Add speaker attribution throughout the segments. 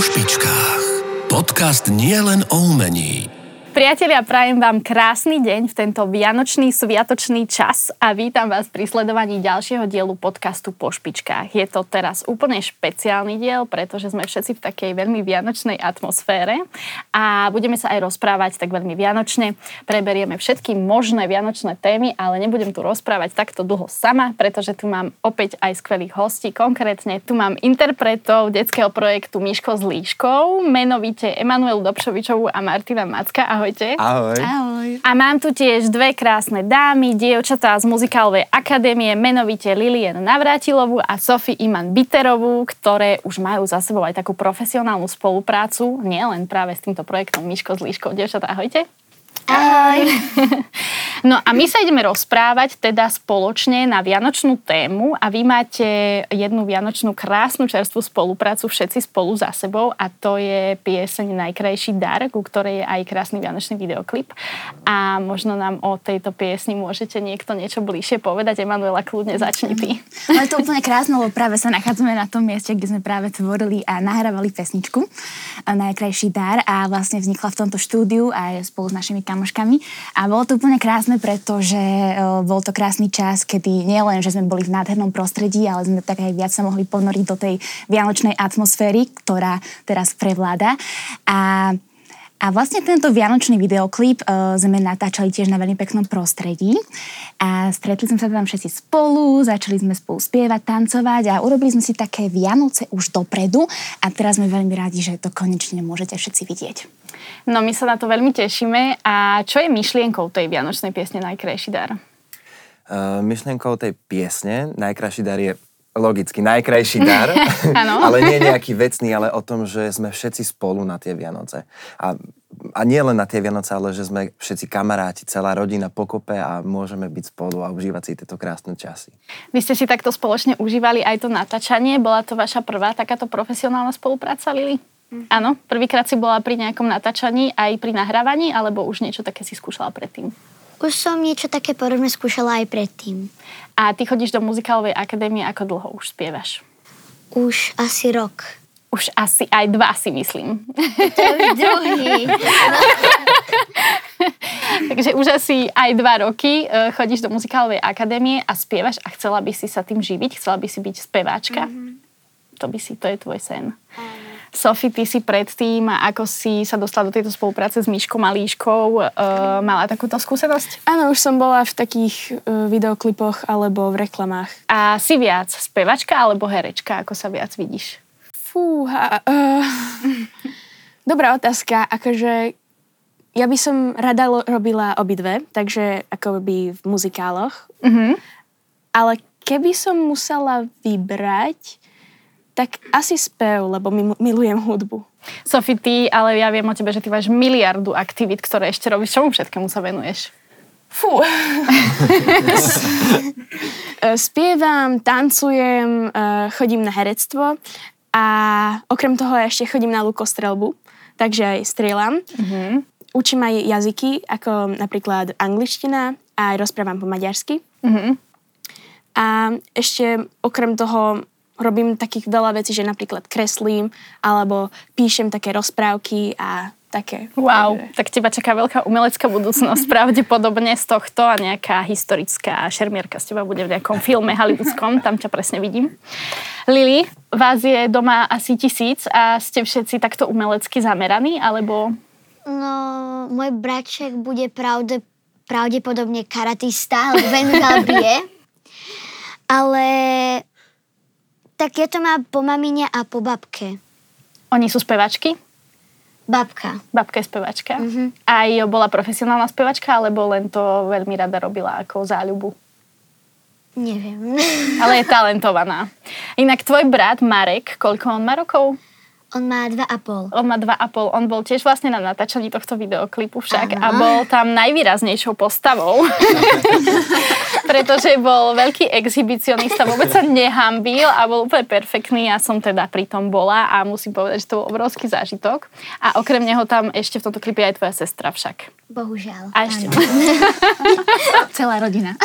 Speaker 1: špičkách. Podcast nie len o umení.
Speaker 2: Priatelia, prajem vám krásny deň v tento vianočný sviatočný čas a vítam vás pri sledovaní ďalšieho dielu podcastu Po špičkách. Je to teraz úplne špeciálny diel, pretože sme všetci v takej veľmi vianočnej atmosfére a budeme sa aj rozprávať tak veľmi vianočne. Preberieme všetky možné vianočné témy, ale nebudem tu rozprávať takto dlho sama, pretože tu mám opäť aj skvelých hostí. Konkrétne tu mám interpretov detského projektu Miško s Líškou, menovite Emanuelu Dobšovičovú a Martina Macka. Ahojte.
Speaker 3: Ahoj.
Speaker 4: Ahoj.
Speaker 2: A mám tu tiež dve krásne dámy, dievčatá z muzikálovej akadémie, menovite Lilien Navrátilovú a Sofi Iman Biterovú, ktoré už majú za sebou aj takú profesionálnu spoluprácu, nielen práve s týmto projektom Miško s Líškou. Dievčatá, ahojte.
Speaker 4: Ahoj.
Speaker 2: No a my sa ideme rozprávať teda spoločne na vianočnú tému a vy máte jednu vianočnú krásnu čerstvú spoluprácu všetci spolu za sebou a to je pieseň Najkrajší dar, ku ktorej je aj krásny vianočný videoklip. A možno nám o tejto piesni môžete niekto niečo bližšie povedať. Emanuela, kľudne začni ty.
Speaker 4: No je to úplne krásne, lebo práve sa nachádzame na tom mieste, kde sme práve tvorili a nahrávali pesničku a Najkrajší dar a vlastne vznikla v tomto štúdiu aj spolu s našimi kamoškami. A bolo to úplne krásne, pretože e, bol to krásny čas, kedy nielen, že sme boli v nádhernom prostredí, ale sme tak aj viac sa mohli ponoriť do tej vianočnej atmosféry, ktorá teraz prevláda. A a vlastne tento vianočný videoklip uh, sme natáčali tiež na veľmi peknom prostredí a stretli sme sa tam všetci spolu, začali sme spolu spievať, tancovať a urobili sme si také Vianoce už dopredu a teraz sme veľmi radi, že to konečne môžete všetci vidieť.
Speaker 2: No my sa na to veľmi tešíme. A čo je myšlienkou tej vianočnej piesne Najkrajší dar?
Speaker 3: Uh, myšlenkou tej piesne najkrajší dar je logicky najkrajší dar,
Speaker 2: Áno.
Speaker 3: ale nie nejaký vecný, ale o tom, že sme všetci spolu na tie Vianoce. A, a nie len na tie Vianoce, ale že sme všetci kamaráti, celá rodina pokope a môžeme byť spolu a užívať si tieto krásne časy.
Speaker 2: Vy ste si takto spoločne užívali aj to natáčanie. Bola to vaša prvá takáto profesionálna spolupráca, Lili? Áno, prvýkrát si bola pri nejakom natáčaní, aj pri nahrávaní, alebo už niečo také si skúšala predtým.
Speaker 5: Už som niečo také podobné skúšala aj predtým.
Speaker 2: A ty chodíš do muzikálovej akadémie, ako dlho už spievaš?
Speaker 5: Už asi rok.
Speaker 2: Už asi aj dva si myslím.
Speaker 5: To je už druhý.
Speaker 2: Takže už asi aj dva roky e, chodíš do muzikálovej akadémie a spievaš a chcela by si sa tým živiť, chcela by si byť speváčka. To by si, to je tvoj sen. Sofi, ty si predtým, ako si sa dostala do tejto spolupráce s Myškou Malíškou, e, mala takúto skúsenosť?
Speaker 6: Áno, už som bola v takých e, videoklipoch alebo v reklamách.
Speaker 2: A si viac spevačka alebo herečka, ako sa viac vidíš?
Speaker 6: Fúha. Uh, dobrá otázka. Akože ja by som rada lo- robila obidve, takže akoby v muzikáloch.
Speaker 2: Mhm.
Speaker 6: Ale keby som musela vybrať, tak asi spev, lebo mi- milujem hudbu.
Speaker 2: Sofi, ty, ale ja viem o tebe, že ty máš miliardu aktivít, ktoré ešte robíš. Čomu všetkému sa venuješ?
Speaker 6: Fú. E, Spievam, tancujem, e, chodím na herectvo a okrem toho ešte chodím na lukostrelbu, takže aj strieľam. Učím aj jazyky, ako napríklad angličtina a aj rozprávam po maďarsky. A ešte okrem toho robím takých veľa vecí, že napríklad kreslím alebo píšem také rozprávky a také.
Speaker 2: Wow,
Speaker 6: Takže-
Speaker 2: tak teba čaká veľká umelecká budúcnosť, pravdepodobne z tohto a nejaká historická šermierka z teba bude v nejakom filme hollywoodskom, tam ťa presne vidím. Lili, vás je doma asi tisíc a ste všetci takto umelecky zameraní, alebo...
Speaker 5: No, môj braček bude pravde, pravdepodobne karatista, lebo veľmi veľmi je. Ale tak ja to mám po mamine a po babke.
Speaker 2: Oni sú spevačky?
Speaker 5: Babka.
Speaker 2: Babka je spevačka. Mm-hmm. Aj bola profesionálna spevačka, alebo len to veľmi rada robila ako záľubu.
Speaker 5: Neviem.
Speaker 2: Ale je talentovaná. Inak tvoj brat Marek, koľko on má rokov?
Speaker 5: On má dva a pol.
Speaker 2: On má dva a pol. On bol tiež vlastne na natáčaní tohto videoklipu však a bol tam najvýraznejšou postavou. Pretože bol veľký exhibicionista, vôbec sa nehambil a bol úplne perfektný. Ja som teda pri tom bola a musím povedať, že to bol obrovský zážitok. A okrem neho tam ešte v tomto klipe je aj tvoja sestra však.
Speaker 5: Bohužiaľ.
Speaker 2: A ešte,
Speaker 4: Celá rodina.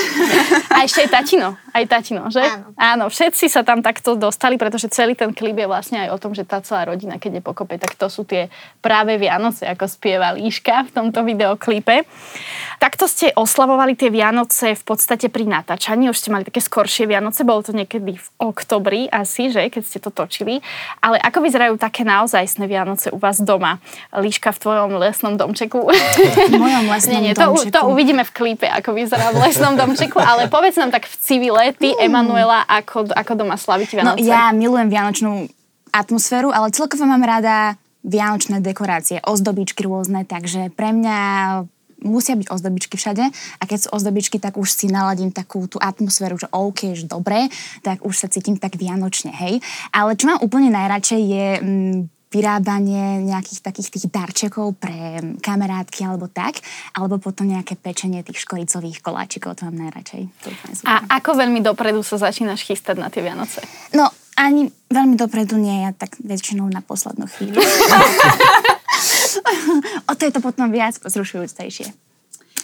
Speaker 2: a ešte aj tatino, aj tatino, že?
Speaker 5: Áno.
Speaker 2: Áno, všetci sa tam takto dostali, pretože celý ten klip je vlastne aj o tom, že tá celá rodina, keď je pokope, tak to sú tie práve Vianoce, ako spieva Líška v tomto videoklipe. Takto ste oslavovali tie Vianoce v podstate pri natáčaní, už ste mali také skoršie Vianoce, bolo to niekedy v oktobri asi, že, keď ste to točili. Ale ako vyzerajú také naozajstné Vianoce u vás doma? Líška v tvojom lesnom domčeku.
Speaker 4: V mojom lesnom
Speaker 2: Nie, nie, to, u-
Speaker 4: domčeku.
Speaker 2: to uvidíme v klípe, ako vyzerá v lesnom domčeku, ale povedz nám tak v civile, ty, Emanuela, ako, ako doma slavíte
Speaker 4: Mm. No
Speaker 2: Vianoce.
Speaker 4: ja milujem vianočnú atmosféru, ale celkovo mám rada vianočné dekorácie, ozdobičky rôzne, takže pre mňa musia byť ozdobičky všade a keď sú ozdobičky, tak už si naladím takú tú atmosféru, že OK, že dobre, tak už sa cítim tak vianočne, hej. Ale čo mám úplne najradšej je mm, vyrábanie nejakých takých tých darčekov pre mm, kamarátky alebo tak, alebo potom nejaké pečenie tých škoricových koláčikov, to mám najradšej. To je úplne super.
Speaker 2: A ako veľmi dopredu sa začínaš chystať na tie Vianoce?
Speaker 4: No, ani veľmi dopredu nie, ja tak väčšinou na poslednú chvíľu. o to je to potom viac zrušujúcejšie.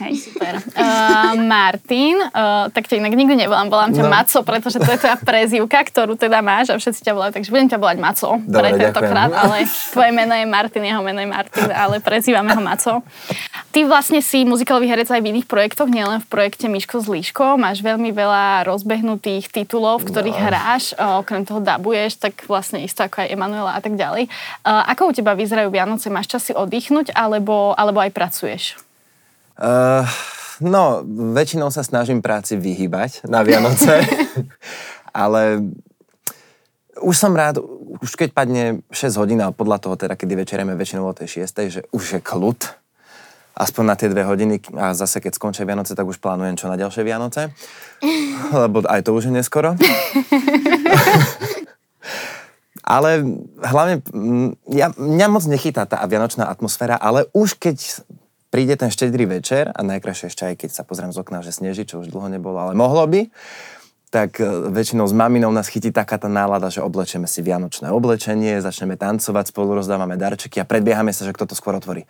Speaker 4: Hej. Super.
Speaker 2: Uh, Martin, uh, tak ťa inak nikdy nevolám, volám ťa no.
Speaker 3: No.
Speaker 2: Maco, pretože to je tvoja prezývka, ktorú teda máš a všetci ťa volajú, takže budem ťa volať Maco
Speaker 3: Dobre,
Speaker 2: pre tentokrát,
Speaker 3: ďakujem.
Speaker 2: ale tvoje meno je Martin, jeho meno je Martin, ale prezývame ho Maco. Ty vlastne si muzikálový herec aj v iných projektoch, nielen v projekte Myško s Líškou, máš veľmi veľa rozbehnutých titulov, v ktorých no. hráš, uh, okrem toho dabuješ, tak vlastne isto ako aj Emanuela a tak ďalej. Uh, ako u teba vyzerajú Vianoce? Máš čas si oddychnúť alebo, alebo aj pracuješ?
Speaker 3: Uh, no, väčšinou sa snažím práci vyhýbať na Vianoce, ale už som rád, už keď padne 6 hodín, ale podľa toho teda, kedy večereme väčšinou o tej 6, že už je kľud, aspoň na tie dve hodiny a zase keď skončia Vianoce, tak už plánujem čo na ďalšie Vianoce, lebo aj to už je neskoro. Ale hlavne mm, ja, mňa moc nechytá tá vianočná atmosféra, ale už keď príde ten štedrý večer a najkrajšie ešte aj keď sa pozriem z okna, že sneží, čo už dlho nebolo, ale mohlo by, tak e, väčšinou s maminou nás chytí taká tá nálada, že oblečieme si vianočné oblečenie, začneme tancovať, spolu rozdávame darčeky a predbiehame sa, že kto to skôr otvorí.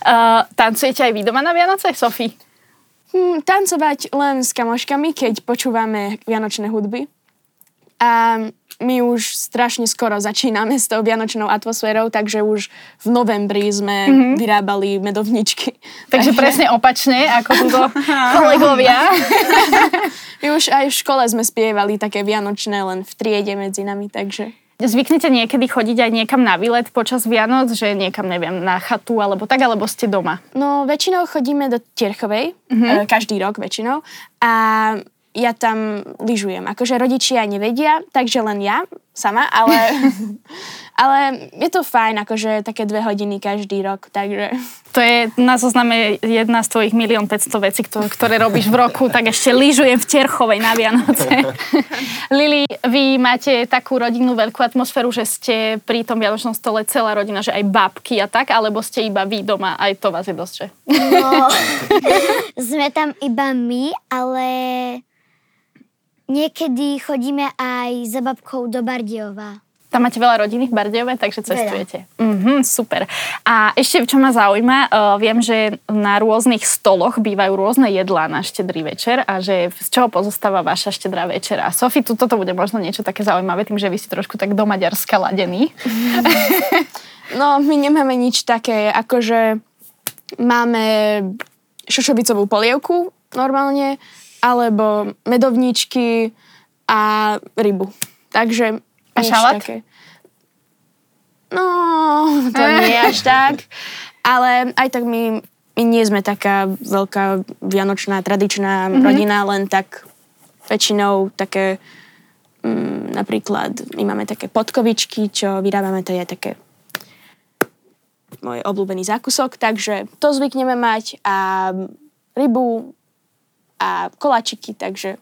Speaker 2: Uh, tancujete aj vy doma na Vianoce, Sofi?
Speaker 6: Hm, tancovať len s kamoškami, keď počúvame vianočné hudby. A my už strašne skoro začíname s tou vianočnou atmosférou, takže už v novembri sme mm-hmm. vyrábali medovničky.
Speaker 2: Takže presne opačne, ako túto kolegovia.
Speaker 6: My už aj v škole sme spievali také vianočné len v triede medzi nami, takže...
Speaker 2: Zvyknete niekedy chodiť aj niekam na výlet počas Vianoc, že niekam, neviem, na chatu alebo tak, alebo ste doma?
Speaker 6: No, väčšinou chodíme do Tierchovej, mm-hmm. každý rok väčšinou. A ja tam lyžujem. Akože rodičia nevedia, takže len ja sama, ale, ale je to fajn, akože také dve hodiny každý rok, takže...
Speaker 2: To je na zozname jedna z tvojich milión 500 vecí, kto- ktoré robíš v roku, tak ešte lyžujem v Terchovej na Vianoce. Lili, vy máte takú rodinnú veľkú atmosféru, že ste pri tom Vianočnom stole celá rodina, že aj babky a tak, alebo ste iba vy doma, aj to vás je dosť, že?
Speaker 5: No, sme tam iba my, ale niekedy chodíme aj za babkou do Bardiova.
Speaker 2: Tam máte veľa rodiny v Bardejove, takže cestujete. Mhm, super. A ešte, čo ma zaujíma, uh, viem, že na rôznych stoloch bývajú rôzne jedlá na štedrý večer a že z čoho pozostáva vaša štedrá večera. Sofi, tu toto bude možno niečo také zaujímavé, tým, že vy ste trošku tak do Maďarska ladení.
Speaker 6: No, my nemáme nič také, akože máme šošovicovú polievku normálne, alebo medovničky a rybu. Takže
Speaker 2: A
Speaker 6: nič
Speaker 2: šalát?
Speaker 6: také. No, to nie až tak. Ale aj tak my, my nie sme taká veľká vianočná,
Speaker 2: Mhm.
Speaker 6: tradičná mm-hmm. rodina, len tak väčšinou také mm, napríklad my máme také podkovičky, čo vyrábame, to je také môj obľúbený zákusok, takže to zvykneme mať a rybu a koláčiky, takže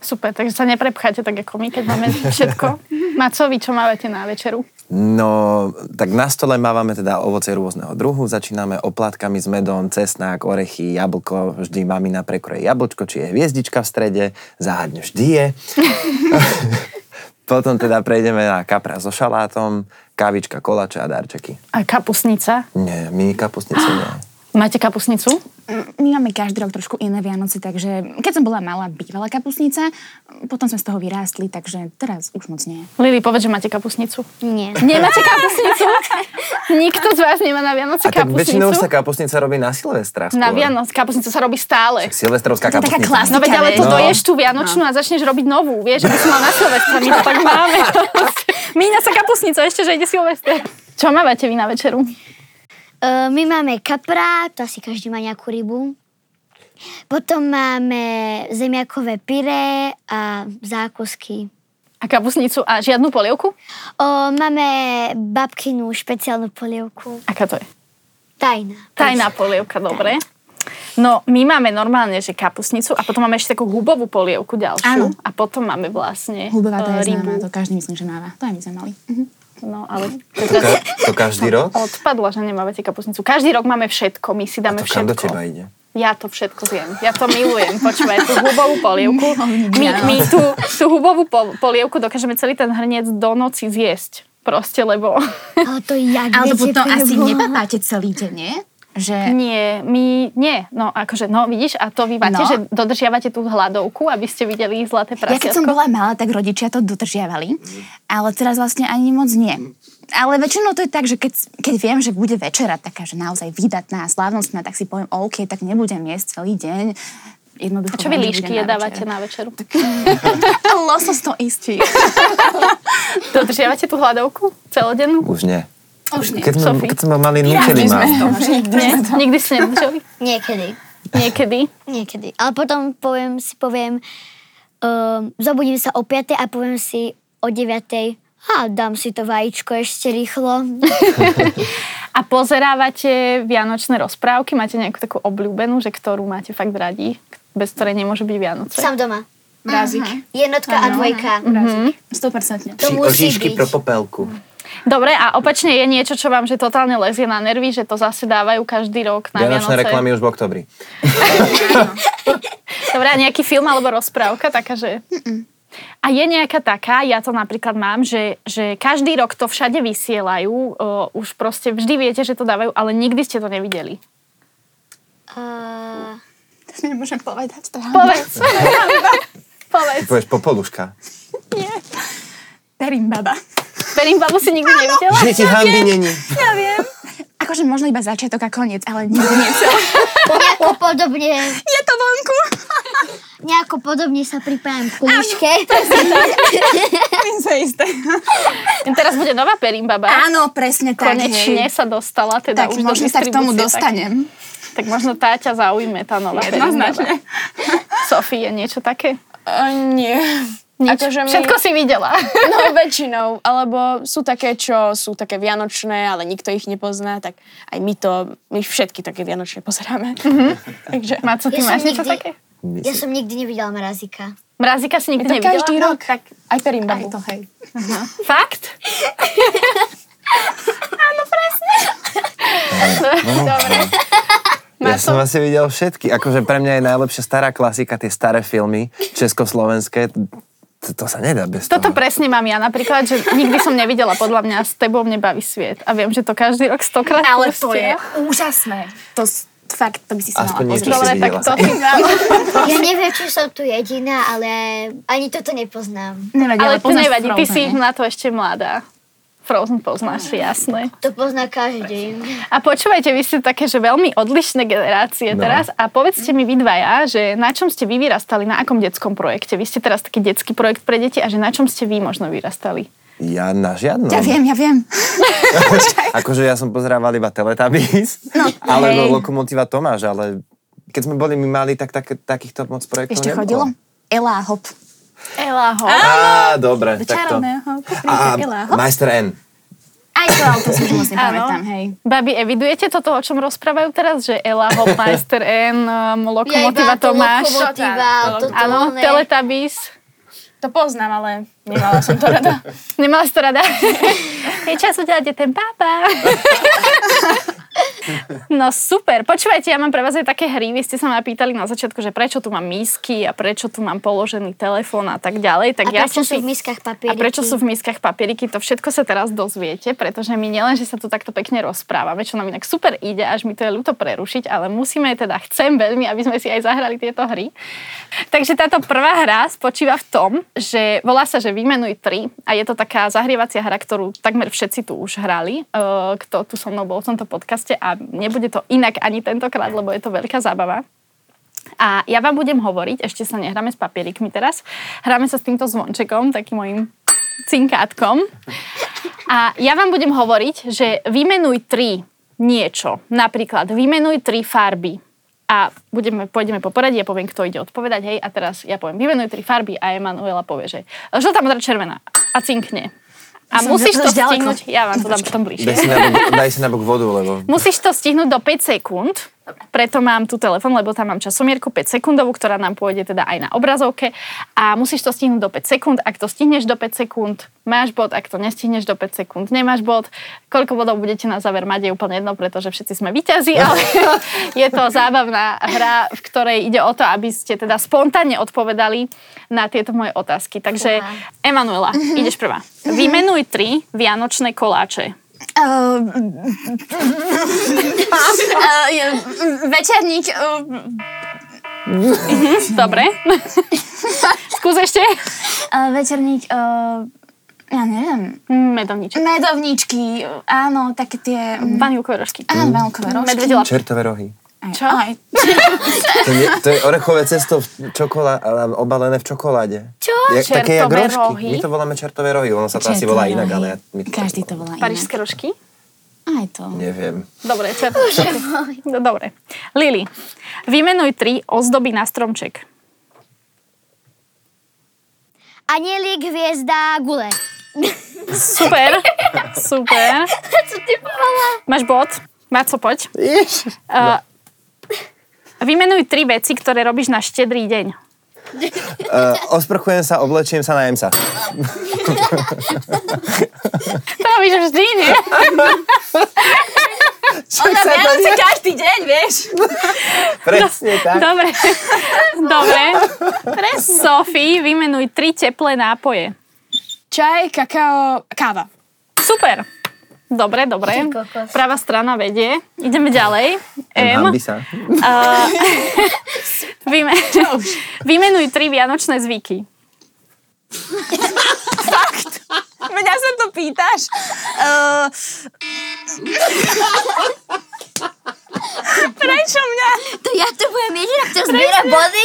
Speaker 2: Super, takže sa neprepcháte tak ako my, keď máme všetko. Macovi, čo mávate na večeru?
Speaker 3: No, tak na stole mávame teda ovoce rôzneho druhu. Začíname oplátkami s medom, cesnák, orechy, jablko. Vždy mami na prekroje jablčko, či je hviezdička v strede. Záhadne vždy je. Potom teda prejdeme na kapra so šalátom, kávička, kolače a darčeky.
Speaker 2: A kapusnica?
Speaker 3: Nie, my kapustnice nie.
Speaker 2: Máte kapusnicu?
Speaker 4: My máme každý rok trošku iné Vianoce, takže keď som bola malá, bývala kapusnica, potom sme z toho vyrástli, takže teraz už moc nie.
Speaker 2: Lili, povedz, že máte kapusnicu.
Speaker 5: Nie.
Speaker 2: Nemáte kapusnicu? Nikto z vás nemá na Vianoce
Speaker 3: A tak väčšinou
Speaker 2: kapusnicu?
Speaker 3: sa kapusnica robí na Silvestra skôr.
Speaker 2: Na Vianoc kapusnicu sa robí stále.
Speaker 3: Silvestrovská
Speaker 4: To je taká
Speaker 3: kapustnica.
Speaker 4: klasika.
Speaker 2: No veď, ale to
Speaker 4: No.
Speaker 2: doješ tú Vianočnú a začneš robiť novú, vieš, že by si mal na Silvestra, my to tak máme. Míňa sa kapusnica, ešte, že ide Silvester. Čo mávate vy na večeru?
Speaker 5: Uh, my máme kapra, to asi každý má nejakú rybu. Potom máme zemiakové pyré a zákusky.
Speaker 2: A kapusnicu a žiadnu polievku?
Speaker 5: O, máme babkinu špeciálnu polievku.
Speaker 2: Aká to je?
Speaker 5: Tajná.
Speaker 2: Tajná polievka, dobre. No, my máme normálne, že kapusnicu a potom máme ešte takú hubovú polievku ďalšiu.
Speaker 4: Áno.
Speaker 2: A potom máme vlastne
Speaker 4: Hubová to
Speaker 2: e,
Speaker 4: je
Speaker 2: rybu.
Speaker 4: známa, to každý myslím, že máva. To aj my sme mali.
Speaker 2: No, ale
Speaker 3: To, ka- to každý rok?
Speaker 2: odpadla, že nemávate kapusnicu. Každý rok máme všetko, my si dáme
Speaker 3: To kam do
Speaker 2: všetko.
Speaker 3: teba ide?
Speaker 2: Ja to všetko zjem. Ja to milujem. Počúvaj, tú hubovú polievku. My,
Speaker 4: áno.
Speaker 2: my tú, tú hubovú po- polievku dokážeme celý ten hrniec do noci zjesť. Proste, lebo...
Speaker 5: Ale to jak
Speaker 4: Ale to
Speaker 5: viete,
Speaker 4: potom asi
Speaker 5: prebo-
Speaker 4: nepapáte celý deň, nie? Že...
Speaker 2: Nie, my nie. No akože, no vidíš, a to vy máte,
Speaker 4: No.
Speaker 2: že dodržiavate tú hladovku, aby ste videli zlaté
Speaker 4: Ja keď som
Speaker 2: prasiatko.
Speaker 4: bola malá, tak rodičia to dodržiavali, ale teraz vlastne ani moc nie. Ale väčšinou to je tak, že keď, keď viem, že bude večera taká, že naozaj výdatná a slávnostná, tak si poviem, OK, tak nebudem jesť celý deň. Jednoducho
Speaker 2: Čo vy
Speaker 4: len, že
Speaker 2: líšky
Speaker 4: budem na
Speaker 2: jedávate
Speaker 4: večeru.
Speaker 2: na večeru?
Speaker 4: Losos to istí.
Speaker 2: Dodržiavate tú hladovku celodennú?
Speaker 3: Už nie.
Speaker 4: Už nie.
Speaker 3: Keď sme,
Speaker 2: Sophie.
Speaker 3: keď sme mali nútený mám.
Speaker 2: Nie, nikdy ste nedržali?
Speaker 5: Niekedy.
Speaker 2: Niekedy.
Speaker 5: Niekedy. Ale potom poviem, si poviem, um, zobudím sa o 5 a poviem si o 9. A dám si to vajíčko ešte rýchlo.
Speaker 2: A pozerávate vianočné rozprávky? Máte nejakú takú obľúbenú, že ktorú máte fakt radi? Bez ktorej nemôže byť Vianoce?
Speaker 5: Sám doma.
Speaker 6: Mrázik.
Speaker 5: Jednotka a dvojka.
Speaker 4: 100%.
Speaker 5: To musí
Speaker 3: Oříšky
Speaker 5: byť.
Speaker 3: pro popelku.
Speaker 2: Dobre, a opačne je niečo, čo vám že totálne lezie na nervy, že to zase dávajú každý rok na
Speaker 3: Vianočné
Speaker 2: Vianoce?
Speaker 3: reklamy už v oktobri.
Speaker 2: Dobre, a nejaký film alebo rozprávka taká, že... A je nejaká taká, ja to napríklad mám, že, že každý rok to všade vysielajú, o, už proste vždy viete, že to dávajú, ale nikdy ste to nevideli.
Speaker 5: Uh,
Speaker 4: Nemôžem povedať to.
Speaker 2: Povedz. Povedz.
Speaker 3: Povieš popoluška.
Speaker 4: Perím baba.
Speaker 2: Perím babu si nikdy nevidela?
Speaker 3: Že ti hanby není.
Speaker 4: Ja viem. Akože možno iba začiatok a koniec, ale nikdy nie celé.
Speaker 5: nejako podobne
Speaker 4: Je to vonku.
Speaker 5: nejako podobne sa pripájam k knižke.
Speaker 4: Myslím isté.
Speaker 2: Hm, Teraz bude nová Perím baba.
Speaker 4: Áno, presne tak.
Speaker 2: Konečne
Speaker 4: hej.
Speaker 2: sa dostala teda
Speaker 4: Tak
Speaker 2: už
Speaker 4: možno
Speaker 2: do
Speaker 4: sa k tomu
Speaker 2: distribúcie,
Speaker 4: dostanem.
Speaker 2: Tak, tak možno tá ťa zaujme, tá nová Perím
Speaker 6: Jednoznačne.
Speaker 2: baba. Sofie, niečo také?
Speaker 6: Uh, nie.
Speaker 2: Nič.
Speaker 6: Akože my-
Speaker 2: Všetko si videla.
Speaker 6: No väčšinou, alebo sú také, čo sú také vianočné, ale nikto ich nepozná, tak aj my to, my všetky také vianočné pozeráme. Takže
Speaker 2: Maco, ty
Speaker 5: Ja som
Speaker 2: máš niečo
Speaker 5: nikdy-
Speaker 2: také?
Speaker 5: Ja som nikdy nevidela mrazika.
Speaker 2: Mrazika si nikdy
Speaker 6: to
Speaker 2: nevidela?
Speaker 6: každý
Speaker 2: No,
Speaker 6: rok, tak aj perím babu.
Speaker 4: To hej.
Speaker 2: Fakt?
Speaker 3: Ja som asi videl všetky. Akože pre mňa je najlepšia stará klasika, tie staré filmy, československé. To, to sa nedá bez
Speaker 2: Toto
Speaker 3: toho.
Speaker 2: presne mám ja napríklad, že nikdy som nevidela podľa mňa s tebou nebaví sviet. A viem, že to každý rok stokrát
Speaker 4: Ale to je
Speaker 2: pustia.
Speaker 4: úžasné. To s- fakt, no, to by si si
Speaker 3: Aspoň
Speaker 4: mala
Speaker 3: niečo
Speaker 4: pozrieť.
Speaker 2: Dobre,
Speaker 3: si
Speaker 2: tak
Speaker 3: videla.
Speaker 2: to si...
Speaker 5: Ja neviem, či som tu jediná, ale ani toto nepoznám.
Speaker 4: Nevadí,
Speaker 2: Ale to
Speaker 4: poznáš
Speaker 2: nevadí, ty
Speaker 4: Frozen,
Speaker 2: si
Speaker 4: nie?
Speaker 2: na to ešte mladá. Frozen poznáš, jasné.
Speaker 5: To pozná každý.
Speaker 2: A počúvajte, vy ste také, že veľmi odlišné generácie
Speaker 3: No.
Speaker 2: teraz a povedzte mi vy dvaja, že na čom ste vy vyrastali, na akom detskom projekte? Vy ste teraz taký detský projekt pre deti a že na čom ste vy možno vyrastali?
Speaker 3: Ja na žiadnom.
Speaker 4: Ja viem, ja viem.
Speaker 3: Akože ja som pozerával iba Teletubbies, no, alebo
Speaker 4: hej.
Speaker 3: Lokomotíva Tomáš, ale keď sme boli my mali, tak, tak takýchto moc projektov
Speaker 4: Ešte
Speaker 3: nebolo.
Speaker 4: chodilo? Ela a hop.
Speaker 2: Ela ho.
Speaker 3: Á, dobre, tak to.
Speaker 4: Čarovného
Speaker 3: A,
Speaker 4: pokryta Ela a hop.
Speaker 3: Majster N.
Speaker 4: Aj to, ale to si už moc nepamätám,
Speaker 2: Áno.
Speaker 4: hej.
Speaker 2: Babi, evidujete toto, o čom rozprávajú teraz? Že Ela, Hopmeister N, um, Lokomotiva
Speaker 5: to
Speaker 2: Tomáš.
Speaker 5: lokomotíva,
Speaker 6: Áno,
Speaker 5: toto
Speaker 2: Áno,
Speaker 5: oné.
Speaker 2: Teletubbies.
Speaker 6: To poznám, ale nemala som to rada.
Speaker 2: Nemala si to rada? Je čas udelať ten pápa. No super, počúvajte, ja mám pre vás aj také hry, vy ste sa ma pýtali na začiatku, že prečo tu mám misky a prečo tu mám položený telefón a tak ďalej. Tak
Speaker 5: A
Speaker 2: ja
Speaker 5: prečo
Speaker 2: som
Speaker 5: sú
Speaker 2: si-
Speaker 5: v miskách
Speaker 2: a
Speaker 5: papieriky?
Speaker 2: prečo sú v miskách papieriky, to všetko sa teraz dozviete, pretože my nielen, že sa tu takto pekne rozprávame, čo nám inak super ide, až mi to je ľúto prerušiť, ale musíme teda, chcem veľmi, aby sme si aj zahrali tieto hry. Takže táto prvá hra spočíva v tom, že volá sa, že vymenuj tri a je to taká zahrievacia hra, ktorú takmer všetci tu už hrali, e, kto tu so mnou bol v tomto podcaste a nebude to inak ani tentokrát, lebo je to veľká zábava. A ja vám budem hovoriť, ešte sa nehráme s papierikmi teraz, hráme sa s týmto zvončekom, takým mojim cinkátkom. A ja vám budem hovoriť, že vymenuj tri niečo. Napríklad, vymenuj tri farby. A budeme, pôjdeme po poradí, ja poviem, kto ide odpovedať, hej, a teraz ja poviem, vymenuj tri farby a Emanuela povie, že žltá, modrá, červená a cinkne. A
Speaker 4: Som
Speaker 2: musíš to
Speaker 4: dosť ďaleko.
Speaker 2: stihnúť, ja vám to dám potom bližšie.
Speaker 3: Daj si, nabok, daj si nabok vodu, lebo...
Speaker 2: Musíš to stihnúť do 5 sekúnd, preto mám tu telefon, lebo tam mám časomierku 5 sekundovú, ktorá nám pôjde teda aj na obrazovke a musíš to stihnúť do 5 sekúnd. Ak to stihneš do 5 sekúnd, máš bod, ak to nestihneš do 5 sekúnd, nemáš bod. Koľko bodov budete na záver mať je úplne jedno, pretože všetci sme víťazi, ale je to zábavná hra, v ktorej ide o to, aby ste teda spontánne odpovedali na tieto moje otázky. Takže Emanuela, ideš prvá. Vymenuj tri vianočné koláče.
Speaker 4: Uh, uh, je- večerník. Uh,
Speaker 2: Dobre. Skús ešte.
Speaker 4: uh, večerník. Uh, ja neviem.
Speaker 2: Mm, Medovniček.
Speaker 4: Medovníčky. uh, Áno, také tie... Um,
Speaker 2: Vanilkové rožky.
Speaker 3: Mm.
Speaker 4: áno, veľkové rožky.
Speaker 2: Medvedie lapky.
Speaker 3: Čertové rohy.
Speaker 2: Čo?
Speaker 4: Aj,
Speaker 3: To, nie, to je orechové cesto v čokola, ale obalené v čokoláde.
Speaker 2: Čo?
Speaker 3: Ja, také jak
Speaker 2: Čertové
Speaker 3: rožky.
Speaker 2: rohy?
Speaker 3: My to voláme čertové rohy, ono sa to asi volá inak, ale ja... My to
Speaker 4: Každý to volá inak.
Speaker 2: Parížské rožky.
Speaker 4: Aj to.
Speaker 3: Neviem.
Speaker 2: Dobre, čo? No, dobre. Lili, vymenuj tri ozdoby na stromček.
Speaker 5: Anielik, hviezda, gule.
Speaker 2: Super, super.
Speaker 5: Čo ty povedala?
Speaker 2: Máš bod? Maco, poď. Uh, vymenuj tri veci, ktoré robíš na štedrý deň.
Speaker 3: Uh, osprchujem sa, oblečiem sa, najem sa.
Speaker 2: To robíš vždy, nie?
Speaker 4: Ona Vianoce každý deň, vieš.
Speaker 3: Presne tak.
Speaker 2: Dobre. Dobre. Pre Sofii vymenuj tri teplé nápoje.
Speaker 6: Čaj, kakao, káva.
Speaker 2: Super. Dobre, dobre. Pravá strana vedie. Ideme ďalej. M.
Speaker 3: Hambi sa.
Speaker 2: Vyme- vymenuj tri vianočné zvyky.
Speaker 4: Mňa sa to pýtaš. Uh,
Speaker 2: Prečo mňa?
Speaker 5: To ja to budem jediná, kto zbiera body.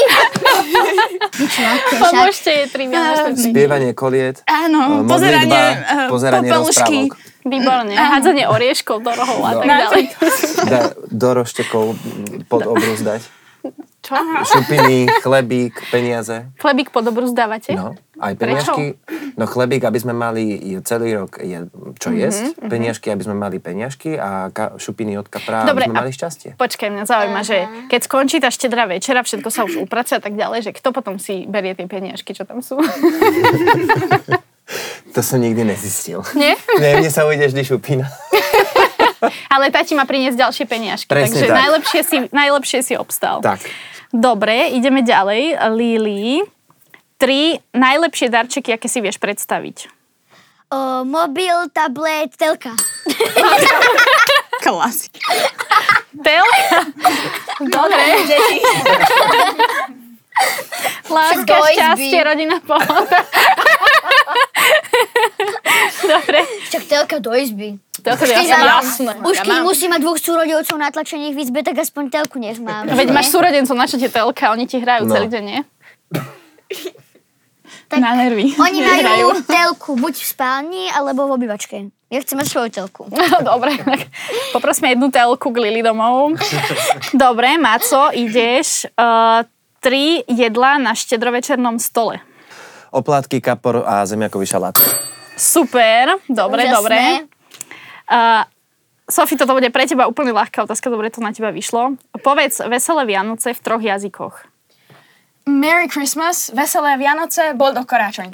Speaker 2: Pomôžte je tri vianočné zvyky.
Speaker 3: Spievanie koliet. e,
Speaker 4: áno,
Speaker 3: Eh, modlitba,
Speaker 4: pozeranie,
Speaker 7: eh,
Speaker 4: uh,
Speaker 3: pozeranie
Speaker 4: popolušky.
Speaker 3: rozprávok.
Speaker 2: Výborné. Hádzanie orieškov do rohov a tak
Speaker 3: No.
Speaker 2: ďalej.
Speaker 3: Da, do roštekov pod obrus dať.
Speaker 2: Čo?
Speaker 3: Šupiny, chlebík, peniaze.
Speaker 2: Chlebík pod obrus dávate?
Speaker 3: No, aj peniažky. No chlebík, aby sme mali je- celý rok je, čo
Speaker 2: Mhm,
Speaker 3: jesť. Peniažky, aby sme mali peniažky a ka, šupiny od kapra,
Speaker 2: Dobre,
Speaker 3: aby sme
Speaker 2: a-
Speaker 3: mali šťastie.
Speaker 2: Počkaj, mňa zaujíma, že keď skončí tá štedrá večera, všetko sa už uprace a tak ďalej, že kto potom si berie tie peniažky, čo tam sú?
Speaker 3: To som nikdy nezistil.
Speaker 2: Nie?
Speaker 3: Ne, mne sa ujde vždy šupina.
Speaker 2: Ale tati má priniesť ďalšie peniažky,
Speaker 3: Presne
Speaker 2: takže
Speaker 3: tak.
Speaker 2: najlepšie si, najlepšie si obstal.
Speaker 3: Tak.
Speaker 2: Dobre, ideme ďalej. Lili, tri najlepšie darčeky, aké si vieš predstaviť.
Speaker 5: O, mobil, tablet, telka.
Speaker 6: Klasik.
Speaker 2: Tel? Dobre. Láska,
Speaker 5: Boys
Speaker 2: šťastie,
Speaker 5: be.
Speaker 2: rodina, pohoda. Dobre.
Speaker 5: Však telka do izby.
Speaker 2: Toto ja
Speaker 5: Keď
Speaker 2: som
Speaker 5: mám-
Speaker 2: jasné.
Speaker 5: Už
Speaker 2: Ja
Speaker 5: keď
Speaker 2: mám.
Speaker 5: musí mať dvoch súrodievcov natlačených v izbe, tak aspoň telku nech mám.
Speaker 2: Veď
Speaker 5: nie?
Speaker 2: máš súrodencov, na čo ti telka, oni ti hrajú
Speaker 3: No.
Speaker 2: celý deň, nie?
Speaker 5: Tak-
Speaker 2: na nervy.
Speaker 5: Oni
Speaker 2: Nehrajú.
Speaker 5: majú telku buď v spálni, alebo v obývačke. Ja chcem mať svoju telku.
Speaker 2: No, dobre, tak poprosme jednu telku k Lili domov. Dobre, Maco, ideš. Uh, tri jedlá na štedrovečernom stole.
Speaker 3: Oplátky, kapor a zemiakový šalát.
Speaker 2: Super, dobre,
Speaker 5: Úžasné.
Speaker 2: dobre. Uh, Sofi, toto bude pre teba úplne ľahká otázka, dobre to na teba vyšlo. Povedz veselé Vianoce v troch jazykoch.
Speaker 6: Merry Christmas, veselé Vianoce, boldog koráčoint.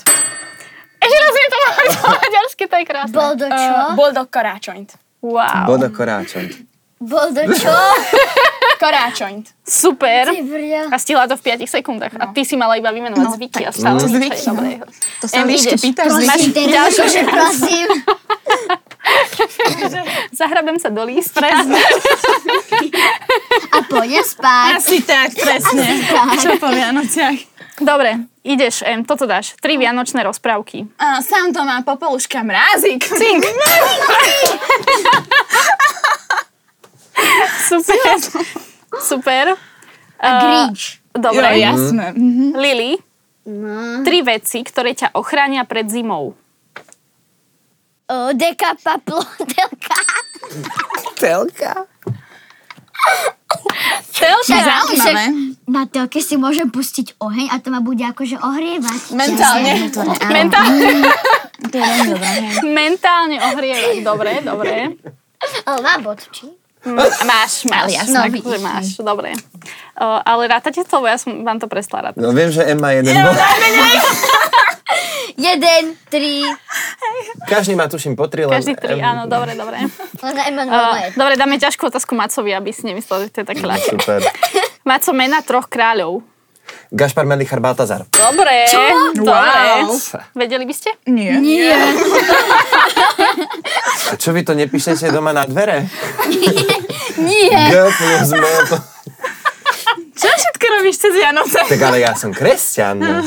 Speaker 2: Ešte raz je to po maďarsky, to je krásne.
Speaker 6: Eh,
Speaker 5: Bol do čo?
Speaker 6: Uh, boldog koráčoint.
Speaker 2: Wow.
Speaker 3: Bodo koráčom.
Speaker 5: Bol do čo?
Speaker 6: Koráčoň.
Speaker 2: Super.
Speaker 5: Ty brďo.
Speaker 2: A stihla to v 5 sekundách. A ty si mala iba vymenovať no, zvyky a stále.
Speaker 6: Mm.
Speaker 2: zvyky.
Speaker 6: Zvyky, no. To sa
Speaker 2: Em,
Speaker 6: vždycky
Speaker 2: ideš.
Speaker 6: pýtaš.
Speaker 5: Prosím,
Speaker 2: Máš
Speaker 5: teraz
Speaker 2: ďalšiu
Speaker 5: akože
Speaker 2: šancu.
Speaker 5: prosím.
Speaker 2: Zahrabem sa do líst. Presne.
Speaker 5: A poďme spať.
Speaker 7: Asi tak, presne. Čo po Vianociach?
Speaker 2: Dobre, ideš, em, toto dáš. Tri vianočné rozprávky.
Speaker 7: A, sám to má popoluška mrázik. Cink.
Speaker 2: Super. Super. A
Speaker 5: Grinch.
Speaker 2: Dobre.
Speaker 7: No, jasné. Mhm.
Speaker 2: Lili,
Speaker 5: No.
Speaker 2: tri veci, ktoré ťa ochránia pred zimou.
Speaker 5: O, deka, paplo, delka.
Speaker 3: Telka.
Speaker 5: Však- však
Speaker 7: Zaujímavé.
Speaker 5: Na telke si môžem pustiť oheň a to ma bude akože ohrievať.
Speaker 7: Mentálne.
Speaker 2: Mentálne,
Speaker 4: To je veľmi dobré. hej.
Speaker 2: mentálne ohrievať. Dobre, dobre.
Speaker 5: Ale má bod, či?
Speaker 2: A Máš, máš.
Speaker 4: Ale jasné,
Speaker 2: tak, že máš, dobre. O, ale rátate to, ja som vám to prestala rátať.
Speaker 3: No viem, že M má jeden bod.
Speaker 5: Jeden, tri.
Speaker 3: Každý má tuším po tri, len
Speaker 2: Každý tri,
Speaker 3: M-
Speaker 2: áno, dobre, dobre.
Speaker 5: Len Emanuel
Speaker 2: O,
Speaker 5: má jeden.
Speaker 2: dobre, dáme ťažkú otázku Macovi, aby si nemyslel, že to je tak ľahké.
Speaker 3: Super.
Speaker 2: Maco, mena troch kráľov.
Speaker 3: Gašpar Melichar Baltazar.
Speaker 2: Dobre, Čo? dobre. Vedeli by ste?
Speaker 7: Nie.
Speaker 3: A čo vy to nepíšete doma na dvere? no. Nie. G plus M. to-
Speaker 7: Čo všetko robíš cez Vianoce?
Speaker 3: Tak ale ja som kresťan. no.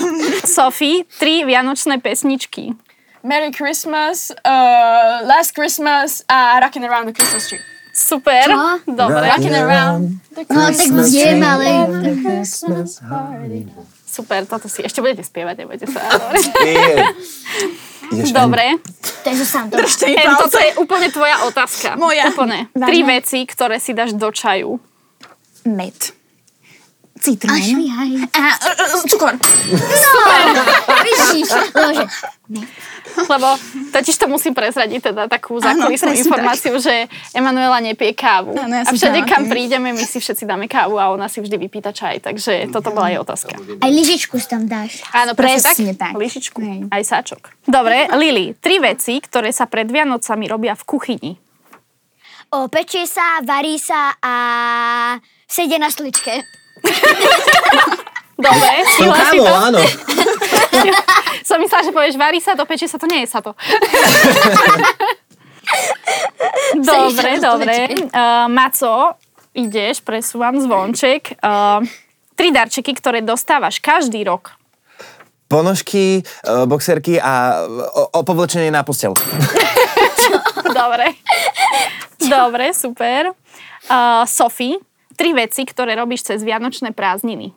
Speaker 2: Sophie, tri vianočné pesničky.
Speaker 6: Merry Christmas, uh, Last Christmas a Rockin' Around the Christmas Tree.
Speaker 2: Super,
Speaker 5: Čo?
Speaker 2: dobre,
Speaker 3: Rockin'
Speaker 6: around
Speaker 5: No tak viem, ale...
Speaker 2: super, toto si ešte budete spievať, nebojte sa. Dobre,
Speaker 3: Ty- Ideš, M?
Speaker 2: dobre.
Speaker 5: Takže sám to
Speaker 7: Držte mi
Speaker 2: Em, toto
Speaker 7: palce.
Speaker 2: je úplne tvoja otázka.
Speaker 7: Moja.
Speaker 2: Úplne.
Speaker 4: Vážne?
Speaker 2: Tri veci, ktoré si dáš do čaju.
Speaker 4: Med. Citrón.
Speaker 5: Ašli, hej.
Speaker 7: A, e, e, Cukor.
Speaker 5: Vidíš, lože.
Speaker 2: Lebo totiž to musím prezradiť teda takú zákulisnú
Speaker 7: presne
Speaker 2: informáciu, že Emanuela nepie kávu.
Speaker 7: Áno, ja
Speaker 2: a
Speaker 7: som
Speaker 2: všade,
Speaker 7: práve
Speaker 2: kam
Speaker 7: tým.
Speaker 2: prídeme, my si všetci dáme kávu a ona si vždy vypíta čaj. Takže toto bola jej otázka.
Speaker 5: Aj lyžičku si tam dáš.
Speaker 2: Áno,
Speaker 4: Presne
Speaker 2: presne,
Speaker 4: tak.
Speaker 2: tak. Lišičku.
Speaker 4: Hej.
Speaker 2: Aj sáčok. Dobre, Lili, tri veci, ktoré sa pred Vianocami robia v kuchyni.
Speaker 5: O, pečie sa, varí sa a sedie na stoličke.
Speaker 2: Dobre,
Speaker 3: S tou
Speaker 2: súhlasí
Speaker 3: kávou,
Speaker 2: to?
Speaker 3: áno.
Speaker 2: Som myslela, že povieš, varí sa to, pečie sa to, nie je sa to. dobre, dobre. Uh, Maco, ideš, presúvam zvonček. Uh, tri darčeky, ktoré dostávaš každý rok.
Speaker 3: Ponožky, e, boxerky a o- opovlečenie na postel.
Speaker 2: Dobre. dobre, super. Uh, Sophie, tri veci, ktoré robíš cez Vianočné prázdniny.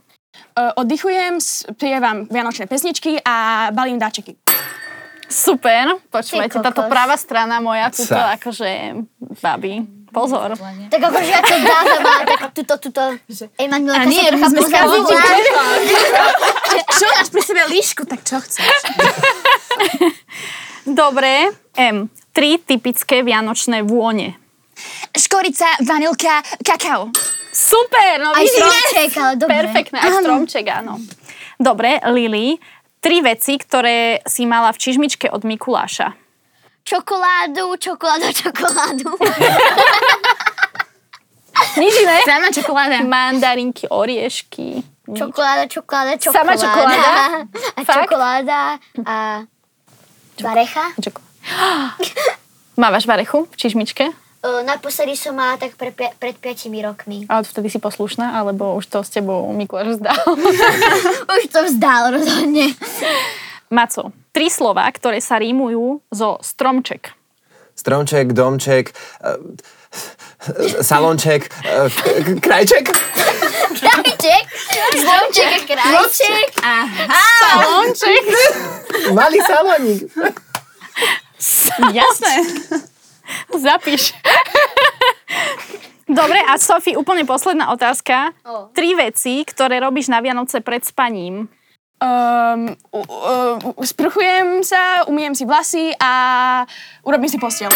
Speaker 6: Uh, oddychujem, prievam vianočné pesničky a balím dáčeky.
Speaker 2: Super, počúvajte,
Speaker 5: Ty kokos.
Speaker 2: táto práva strana moja, tuto
Speaker 3: Sa.
Speaker 2: akože, babi, pozor.
Speaker 5: Tak akože ja to dávam a tak tuto, tuto. Emanuel,
Speaker 7: A nie,
Speaker 5: sa
Speaker 7: my
Speaker 5: trocha
Speaker 7: sme
Speaker 5: pozabudla.
Speaker 7: Čo? Až pri sebe líšku, tak čo chceš?
Speaker 2: Dobre, M. Tri typické vianočné vône.
Speaker 4: Škorica, vanilka, kakao.
Speaker 2: Super, no
Speaker 5: Aj
Speaker 2: vidíš?
Speaker 5: stromček, ale dobre.
Speaker 2: Perfektné, aj stromček, áno. Dobre, Lili, tri veci, ktoré si mala v čižmičke od Mikuláša.
Speaker 5: Čokoládu, čokoládu, čokoládu.
Speaker 2: Nič iné?
Speaker 7: Sama čokoláda.
Speaker 2: Mandarinky, oriešky.
Speaker 5: Čokoláda, čokoláda, čokoláda.
Speaker 2: Sama čokoláda?
Speaker 5: A
Speaker 2: Fakt?
Speaker 5: čokoláda a... Varecha.
Speaker 2: Čoko- Mávaš varechu v čižmičke?
Speaker 5: O, Naposledy som mala tak pre, pia- pred 5 rokmi.
Speaker 2: A vtedy si poslušná, alebo už to s tebou Mikuláš zdal?
Speaker 5: Už to vzdal rozhodne.
Speaker 2: Maco, tri slova, ktoré sa rímujú zo stromček.
Speaker 3: Stromček, domček, e, e, salonček, e, k- krajček.
Speaker 5: Krajček, stromček a krajček.
Speaker 2: Salonček?
Speaker 3: Malý salónik.
Speaker 2: Jasné. Zapíš. Dobre, a Sofi, úplne posledná otázka.
Speaker 5: O.
Speaker 2: Tri veci, ktoré robíš na Vianoce pred spaním.
Speaker 6: Um, u, u, sprchujem sa, umiem si vlasy a urobím si postiel.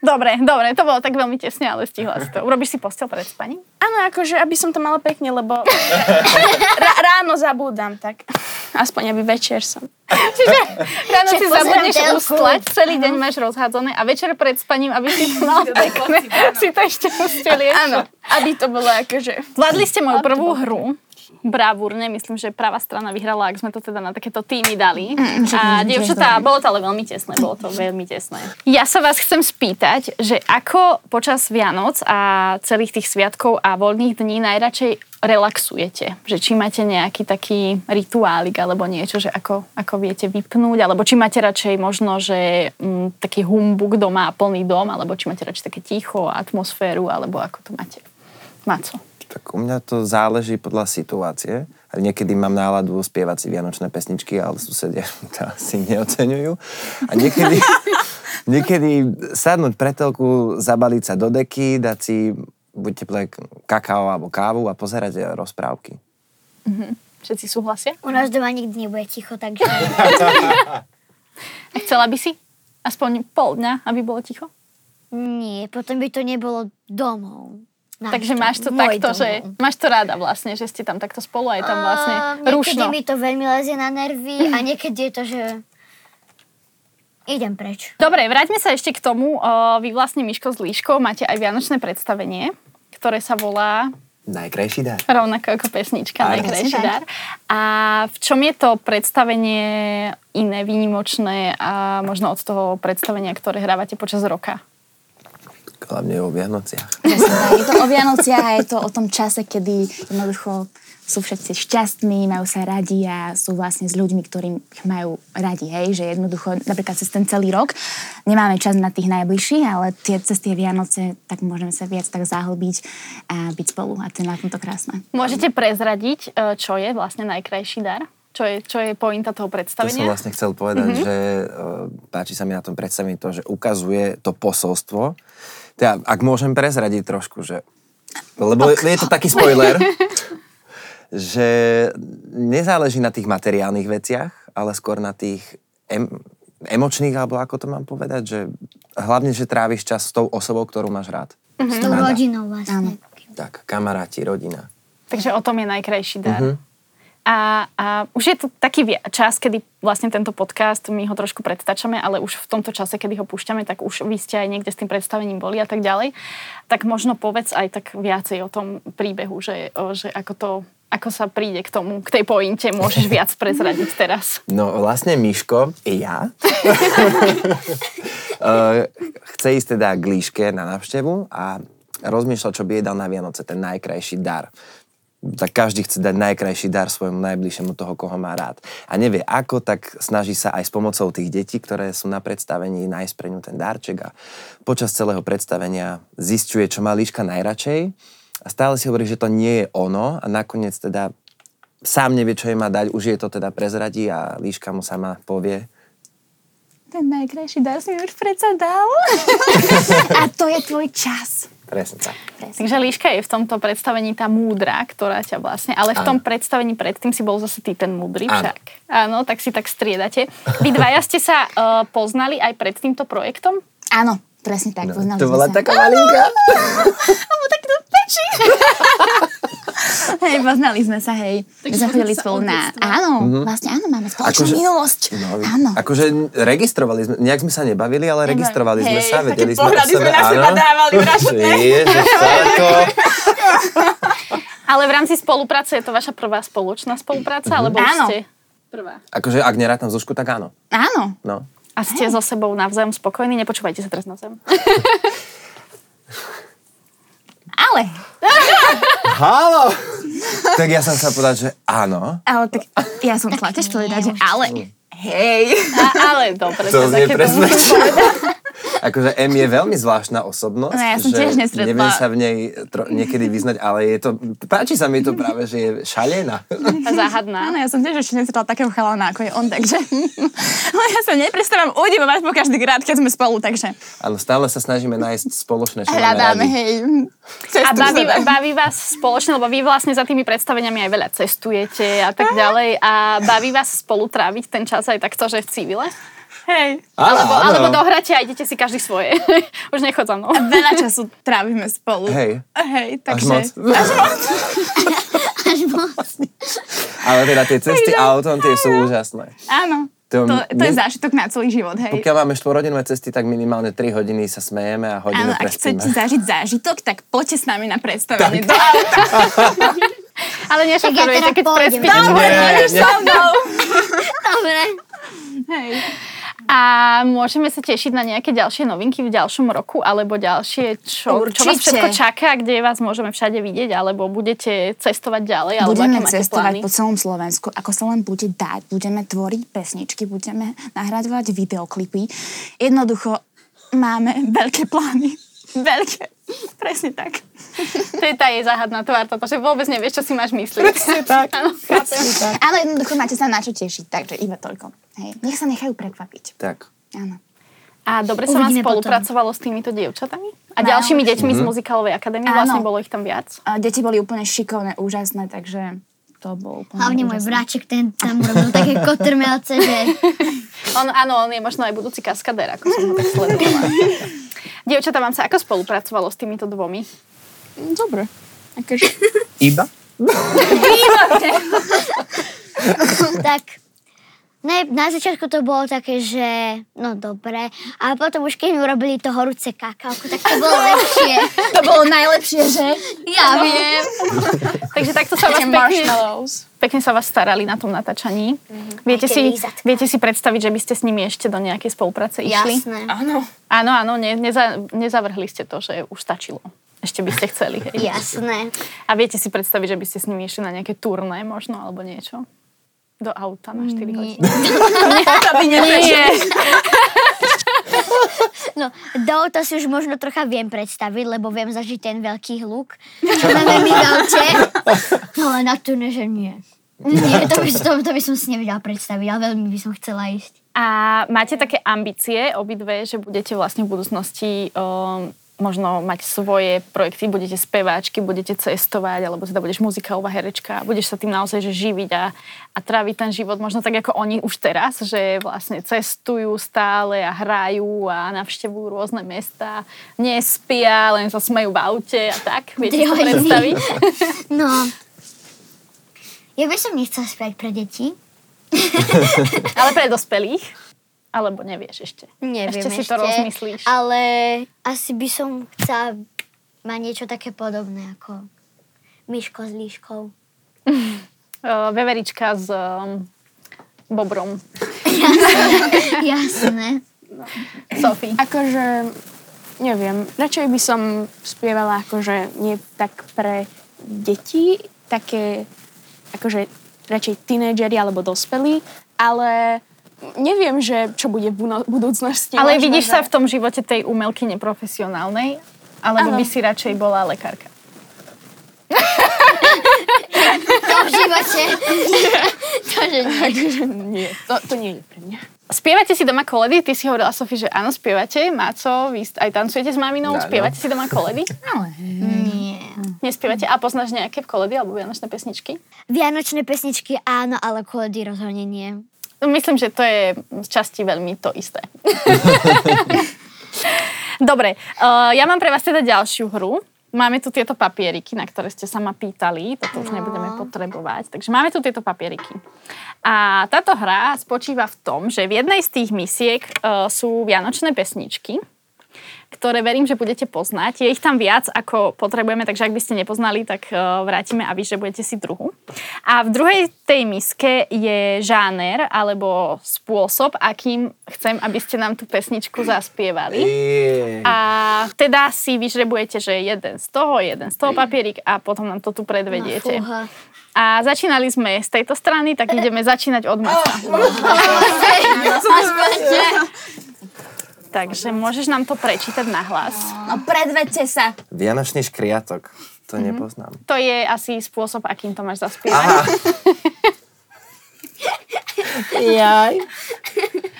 Speaker 2: Dobre, dobre, to bolo tak veľmi tesne, ale stihla si to. Urobíš si postel pred spaním?
Speaker 6: Áno, akože, aby som to mala pekne, lebo ra- ráno zabúdam, tak. Aspoň aby večer som.
Speaker 2: Čiže ráno si zabudneš
Speaker 5: telku.
Speaker 2: ustlať, celý deň máš rozhádzané a večer pred spaním, aby si to mal pekné, si to ešte ustelieš.
Speaker 6: Áno, aby to bolo akože...
Speaker 2: Zvládli ste moju prvú hru. Bravúrne, myslím, že pravá strana vyhrala, ak sme to teda na takéto týmy dali. a dievčatá, bolo to ale veľmi tesné, bolo to veľmi tesné. Ja sa vás chcem spýtať, že ako počas Vianoc a celých tých sviatkov a voľných dní najradšej relaxujete? Že či máte nejaký taký rituálik alebo niečo, že ako, ako viete vypnúť, alebo či máte radšej možno, že mm, taký humbuk doma a plný dom, alebo či máte radšej také ticho, atmosféru, alebo ako to máte? Maco.
Speaker 3: Tak u mňa to záleží podľa situácie. Niekedy mám náladu spievať si vianočné pesničky, ale susedia to asi neoceňujú. A niekedy, niekedy sadnúť pre telku, zabaliť sa do deky, dať si buď teplé kakao alebo kávu a pozerať rozprávky.
Speaker 2: Všetci súhlasia?
Speaker 5: U nás doma nikdy nebude ticho, takže...
Speaker 2: A chcela by si aspoň pol dňa, aby bolo ticho?
Speaker 5: Nie, potom by to nebolo domov. Náš
Speaker 2: Takže
Speaker 5: dom,
Speaker 2: máš to
Speaker 5: môj
Speaker 2: takto,
Speaker 5: domov.
Speaker 2: že máš to rada vlastne, že ste tam takto spolu a je tam vlastne
Speaker 5: A
Speaker 2: rušno. Mhm.
Speaker 5: Niekedy mi to veľmi lezie na nervy a niekedy je to, že idem preč.
Speaker 2: Dobre, vráťme sa ešte k tomu. O, Vy vlastne, Miško s Líškou, máte aj vianočné predstavenie, ktoré sa volá
Speaker 3: Najkrajší dar.
Speaker 2: rovnako ako pesnička
Speaker 3: Áno.
Speaker 2: Najkrajší dar. A v čom je to predstavenie iné, výnimočné a možno od toho predstavenia, ktoré hrávate počas roka?
Speaker 3: Hlavne o Vianociach.
Speaker 4: Presne tak. Je to o Vianociach a je to o tom čase, kedy jednoducho sú všetci šťastní, majú sa radi a sú vlastne s ľuďmi, ktorým ich majú radi, hej, že jednoducho napríklad cez ten celý rok nemáme čas na tých najbližších, ale tie, cez tie Vianoce tak môžeme sa viac tak zahlbiť a byť spolu a to je na tomto krásne.
Speaker 2: Môžete prezradiť, e, čo je vlastne najkrajší dar? Čo je, čo je pointa toho
Speaker 3: To som
Speaker 2: predstavenia?
Speaker 3: vlastne chcel povedať,
Speaker 5: Mhm.
Speaker 3: mm-hmm. že uh, páči sa mi na tom predstavení to, že ukazuje to posolstvo. Teda, ak môžem prezradiť trošku, že... Lebo je, je to taký spoiler, že nezáleží na tých materiálnych veciach, ale skôr na tých em, emočných, alebo ako to mám povedať, že hlavne, že tráviš čas s tou osobou, ktorú máš rád.
Speaker 5: Mhm. S
Speaker 2: No
Speaker 5: tou
Speaker 3: Áno.
Speaker 5: rodinou vlastne.
Speaker 3: Tak, kamaráti, rodina.
Speaker 2: Takže o tom je najkrajší dar.
Speaker 3: Mhm.
Speaker 2: A, a už je to taký vi- čas, kedy vlastne tento podcast, my ho trošku predstačame, ale už v tomto čase, kedy ho púšťame, tak už vy ste aj niekde s tým predstavením boli a tak ďalej. Tak možno povedz aj tak viacej o tom príbehu, že, o, že ako to ako sa príde k tomu, k tej pointe, môžeš viac prezradiť teraz.
Speaker 3: No vlastne Miško i ja E, Eh, chce ísť teda k líške na návštevu a rozmýšľa, čo by jej dal na Vianoce, ten najkrajší dar. Tak každý chce dať najkrajší dar svojmu najbližšiemu toho, koho má rád. A nevie ako, tak snaží sa aj s pomocou tých detí, ktoré sú na predstavení, nájsť pre ňu ten darček a počas celého predstavenia zistuje, čo má líška najradšej a stále si hovorí, že to nie je ono a nakoniec teda sám nevie, čo jej má dať, už jej to teda prezradí a líška mu sama povie.
Speaker 4: Ten najkrajší dar si mi už predsa dal. a to je tvoj čas.
Speaker 3: Presne tak.
Speaker 2: Takže Líška je v tomto predstavení tá múdra, ktorá ťa vlastne... Ale v tom predstavení predtým si bol zase ty ten múdry
Speaker 3: Áno.
Speaker 2: však. Áno, tak si tak striedate. Vy dvaja ste sa uh, poznali aj pred týmto projektom?
Speaker 4: Áno, presne tak, no, poznali sme
Speaker 3: to bola
Speaker 4: sa.
Speaker 3: taká malinká.
Speaker 4: Hej, poznali sme sa, hej. My sme chodili spolu na... Áno, vlastne áno, máme spoločnú
Speaker 3: Mhm. Akože-
Speaker 4: minulosť.
Speaker 3: No,
Speaker 4: áno.
Speaker 3: akože registrovali sme, nejak sme sa nebavili, ale registrovali sme sa, vedeli sme o
Speaker 6: pohľady
Speaker 3: sebe,
Speaker 6: sme na seba dávali, vražedné.
Speaker 3: Ježiš, Sarko.
Speaker 2: Ale v rámci spolupráce je to vaša prvá spoločná spolupráca? Alebo už
Speaker 4: Áno.
Speaker 2: ste... Prvá.
Speaker 3: Akože ak nerátam Zuzku, tak áno.
Speaker 4: Áno.
Speaker 3: No.
Speaker 2: A ste so sebou navzájom spokojní? Nepočúvajte sa teraz navzájom.
Speaker 4: Ale,
Speaker 3: Halo! tak ja som chcel povedať, že áno.
Speaker 4: ale tak ja som chcela tiež povedať, že ale. Hej.
Speaker 2: A, ale dobre.
Speaker 3: To
Speaker 2: teda,
Speaker 3: znie
Speaker 2: keď
Speaker 3: presne. akože M je veľmi zvláštna
Speaker 4: No,
Speaker 3: osobnosť.
Speaker 4: ja som
Speaker 3: že
Speaker 4: tiež nestretla.
Speaker 3: Neviem sa v nej tro- niekedy vyznať, ale je to, páči sa mi to práve, že je šalená.
Speaker 2: Záhadná.
Speaker 4: Áno, ja som tiež ešte nestretla takého chalana, ako je on, takže... Ale ja sa neprestávam udivovať po každý krát, keď sme spolu, takže...
Speaker 3: Áno, stále sa snažíme nájsť spoločné, čo
Speaker 4: Hľadáme,
Speaker 3: máme radi.
Speaker 4: hej.
Speaker 2: A
Speaker 4: Cestu k
Speaker 2: baví,
Speaker 4: sebe.
Speaker 2: baví vás spoločne, lebo vy vlastne za tými predstaveniami aj veľa cestujete a tak ďalej. A baví vás spolu tráviť ten čas aj takto, že v civile?
Speaker 4: Hej.
Speaker 2: Alebo,
Speaker 3: áno.
Speaker 2: alebo dohráte a idete si každý svoje. Už no. nechod za mnou.
Speaker 4: Veľa času trávime spolu.
Speaker 3: Hej.
Speaker 4: Hej,
Speaker 3: Až
Speaker 4: takže...
Speaker 3: moc.
Speaker 4: Až moc.
Speaker 5: náš most.
Speaker 3: Ale teda tie cesty
Speaker 4: no.
Speaker 3: autom, tie sú úžasné.
Speaker 4: Áno.
Speaker 3: To-
Speaker 4: To, to je
Speaker 3: ne-
Speaker 4: zážitok na celý život, hej.
Speaker 3: Pokiaľ máme štvorhodinové cesty, tak minimálne 3 hodiny sa smejeme a hodinu
Speaker 4: Áno, ak
Speaker 3: prespíme.
Speaker 4: chcete zažiť zážitok, tak poďte s nami na predstavenie do auta.
Speaker 2: Ale
Speaker 5: Tak ja
Speaker 2: nešoferujte,
Speaker 5: teda
Speaker 2: keď
Speaker 5: pôjdem.
Speaker 2: prespíte.
Speaker 3: Nie, nie.
Speaker 5: Dobre.
Speaker 2: A môžeme sa tešiť na nejaké ďalšie novinky v ďalšom roku, alebo ďalšie, čo, čo vás
Speaker 7: Určite.
Speaker 2: všetko čaká, kde vás môžeme všade vidieť, alebo budete cestovať ďalej, alebo
Speaker 4: Budeme
Speaker 2: aké máte
Speaker 4: cestovať
Speaker 2: plány.
Speaker 4: po celom Slovensku, ako sa len bude dať. Budeme tvoriť pesničky, budeme nahradzovať videoklipy. Jednoducho máme veľké plány. Veľké. Presne tak.
Speaker 2: To je tá jej záhadná tvár, toto, že vôbec nevieš, čo si máš myslieť. tak.
Speaker 4: Ale jednoducho máte sa na čo tešiť, takže iba toľko. Hej. Nech sa nechajú prekvapiť.
Speaker 3: Tak.
Speaker 4: Áno.
Speaker 2: A dobre sa vám
Speaker 7: Uvidíme potom.
Speaker 2: spolupracovalo s týmito dievčatami? A
Speaker 4: Áno,
Speaker 2: ďalšími deťmi
Speaker 3: Mhm.
Speaker 2: z muzikálovej akadémie?
Speaker 4: Áno.
Speaker 2: Vlastne bolo ich tam viac?
Speaker 4: A deti boli úplne šikovné, úžasné, takže to bol úplne
Speaker 5: Hlavne
Speaker 4: úžasné.
Speaker 5: môj bráček, ten tam robil také kotrmelce, že
Speaker 2: On, áno, on je možno aj budúci kaskadér, ako som ho tak sledovala. Dievčatá, vám sa ako spolupracovalo s týmito dvomi?
Speaker 6: Dobre. Akože,
Speaker 3: Iba?
Speaker 5: tak... Ne, na začiatku to bolo také, že no dobre, ale potom už keď mi urobili to horúce kakao, tak to bolo lepšie.
Speaker 4: To bolo najlepšie, že?
Speaker 2: No.
Speaker 5: Ja viem.
Speaker 2: Takže takto sa vás
Speaker 6: tie
Speaker 2: pekne,
Speaker 6: marshmallows.
Speaker 2: pekne sa vás starali na tom natáčaní. Viete,
Speaker 5: Aj tie
Speaker 2: si,
Speaker 5: lízatka.
Speaker 2: viete si predstaviť, že by ste s nimi ešte do nejakej spolupráce išli?
Speaker 5: Jasné.
Speaker 6: Áno.
Speaker 2: Áno, áno, ne, neza, nezavrhli ste to, že už stačilo. Ešte by ste chceli. Hej.
Speaker 5: Jasné.
Speaker 2: A viete si predstaviť, že by ste s nimi išli na nejaké turné možno, alebo niečo? Do auta na 4 hodiny. Nie.
Speaker 5: No, do auta si už možno trocha viem predstaviť, lebo viem zažiť ten veľký hluk. Čo máme my v aute. Ale na turné, že nie. Nie, to by, to, to by som si nevedela predstaviť, ale veľmi by som chcela ísť.
Speaker 2: A máte také ambície obidve, že budete vlastne v budúcnosti um, možno mať svoje projekty, budete speváčky, budete cestovať, alebo teda budeš muzikálová herečka, a budeš sa tým naozaj že živiť a, a tráviť ten život možno tak ako oni už teraz, že vlastne cestujú stále a hrajú a navštevujú rôzne mesta, nespia, len sa smejú v aute a tak. Viete si to
Speaker 5: Tri hodiny.
Speaker 2: predstaviť?
Speaker 5: No, ja by som nechcela spiať pre deti.
Speaker 2: Ale pre dospelých? Alebo nevieš ešte?
Speaker 5: Neviem
Speaker 2: ešte. si to rozmyslíš.
Speaker 5: Ale asi by som chcela mať niečo také podobné ako Myško s líškou.
Speaker 2: Uh, veverička s um, Bobrom.
Speaker 5: Jasné.
Speaker 2: Sophie.
Speaker 6: Akože, neviem, radšej by som spievala akože nie tak pre deti, také akože radšej tínedžeri alebo dospelí, ale neviem, že čo bude v buno- budúcnosti.
Speaker 2: Ale
Speaker 6: Možno,
Speaker 2: vidíš
Speaker 6: že-
Speaker 2: sa v tom živote tej umelky neprofesionálnej? Alebo
Speaker 6: Áno.
Speaker 2: by si radšej bola lekárka?
Speaker 5: To v živote. to, že nie.
Speaker 6: Akože nie, to, to nie je pre mňa.
Speaker 2: Spievate si doma koledy? Ty si hovorila, Sofi, že áno, spievate. Máco, vy st- aj tancujete s maminou,
Speaker 3: Áno.
Speaker 2: spievate si doma koledy?
Speaker 5: Nie.
Speaker 2: Nespievate? A poznáš nejaké v koledy alebo vianočné pesničky?
Speaker 5: Vianočné pesničky áno, ale koledy rozhodne nie.
Speaker 2: No, Myslím, že to je z časti veľmi to isté. Dobre, uh, ja mám pre vás teda ďalšiu hru. Máme tu tieto papieriky, na ktoré ste sa ma pýtali. Toto už nebudeme potrebovať. Takže máme tu tieto papieriky. A táto hra spočíva v tom, že v jednej z tých misiek uh, sú vianočné pesničky, ktoré verím, že budete poznať. Je ich tam viac, ako potrebujeme, takže ak by ste nepoznali, tak eh, vrátime a vy, že budete si druhu. A v druhej tej miske je žáner, alebo spôsob, akým chcem, aby ste nám tú pesničku zaspievali.
Speaker 3: Jej.
Speaker 2: A teda si vyžrebujete, že jeden z toho, jeden z toho papierik a potom nám to tu predvediete.
Speaker 5: Fúha.
Speaker 2: A začínali sme z tejto strany, tak ideme začínať od maca. Takže môžeš nám to prečítať na hlas.
Speaker 4: No predvedte sa.
Speaker 3: Vianočný škriatok. To
Speaker 4: Mhm.
Speaker 3: nepoznám.
Speaker 2: To je asi spôsob, akým to máš zaspievať.
Speaker 3: Jaj.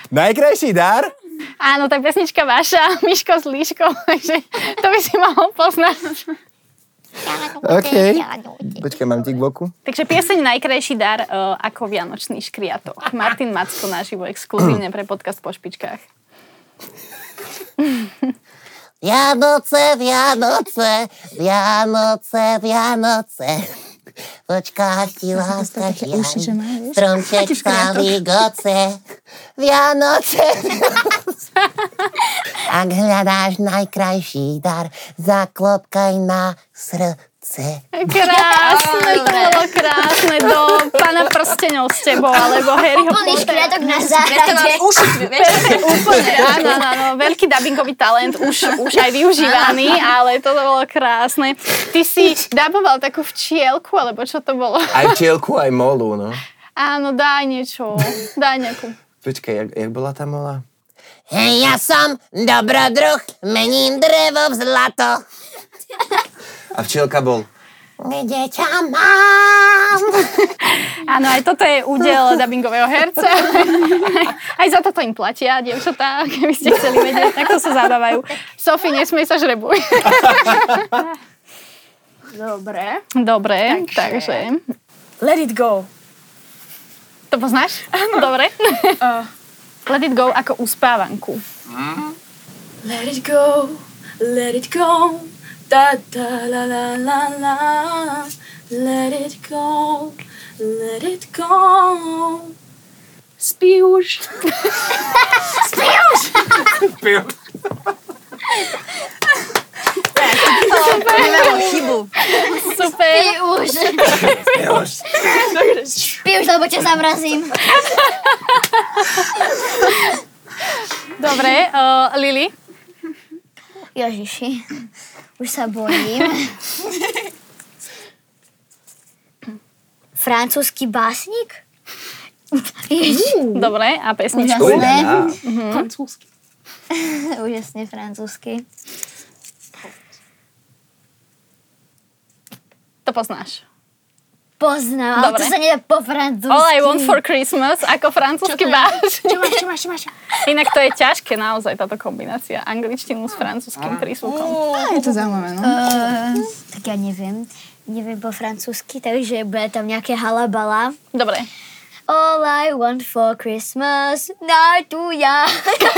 Speaker 3: Najkrajší dar?
Speaker 2: Áno, tá pesnička vaša, Miško s líškou, takže to by si mohol poznať.
Speaker 3: OK. Počkaj, mám ti k boku?
Speaker 2: Takže pieseň Najkrajší dar eh, ako Vianočný škriatok. Martin Macko naživo, exkluzívne pre podcast po špičkách.
Speaker 8: Vianoce, Vianoce, Vianoce, Vianoce. Počkáti láska
Speaker 4: také uši, že majú, vieš?
Speaker 8: žiaň, stromček staví goce, Vianoce. Ak hľadáš najkrajší dar, zaklopkaj na srdce.
Speaker 2: Krásne, to bolo krásne do pána prstenov s tebou, alebo Harryho
Speaker 5: Plný
Speaker 2: Pottera.
Speaker 5: škriatok na záhrade.
Speaker 7: Uši, vieš?
Speaker 2: Úplne, áno, áno, áno, veľký dubbingový talent, už, už aj využívaný, ale to bolo krásne. Ty si daboval takú včielku, alebo čo to bolo?
Speaker 3: Aj včielku, aj molu, no.
Speaker 2: Áno, daj niečo, daj nejakú.
Speaker 3: Počkaj, jak, jak bola tá mola?
Speaker 8: Hej, ja som dobrodruh, mením drevo v zlato.
Speaker 3: A včielka bol...
Speaker 8: Kde ťa mám?
Speaker 2: Áno, aj toto je údel dubbingového herca. Aj za toto im platia, dievčatá, keby ste chceli vedieť, takto sa zabávajú. Sofi, nesmej sa žrebuj.
Speaker 7: Dobre.
Speaker 2: Dobre, takže...
Speaker 7: Let it go.
Speaker 2: To poznáš? Áno. Dobre.
Speaker 7: Uh.
Speaker 2: Let it go ako uspávanku.
Speaker 7: Mm. Let it go, let it go, da da la la la la. Let it go, let it go. Spí už.
Speaker 2: Super.
Speaker 5: Ty už. Ty už, lebo ťa zamrazím.
Speaker 2: Dobre, uh, Lili.
Speaker 5: Ježiši, už sa bojím. Francúzsky básnik? Ježiš,
Speaker 2: Dobre, a
Speaker 7: Mhm.
Speaker 2: pesničku.
Speaker 5: úžasné.
Speaker 3: Uľa,
Speaker 6: Francúzsky.
Speaker 5: Úžasne francúzsky.
Speaker 2: To poznáš.
Speaker 5: Poznám, ale to
Speaker 2: Dobre.
Speaker 5: sa nedá po francúzsky.
Speaker 2: All I want for Christmas ako francúzsky báš.
Speaker 7: Čo máš, čo máš, čo máš?
Speaker 2: Inak to je ťažké naozaj táto kombinácia. Angličtinu s francúzským príslukom.
Speaker 4: Á, je to zaujímavé, no.
Speaker 5: Eh, tak ja neviem. Neviem po francúzsky, takže bude tam nejaké halabala.
Speaker 2: Dobre.
Speaker 5: All I want for Christmas, na tu ja.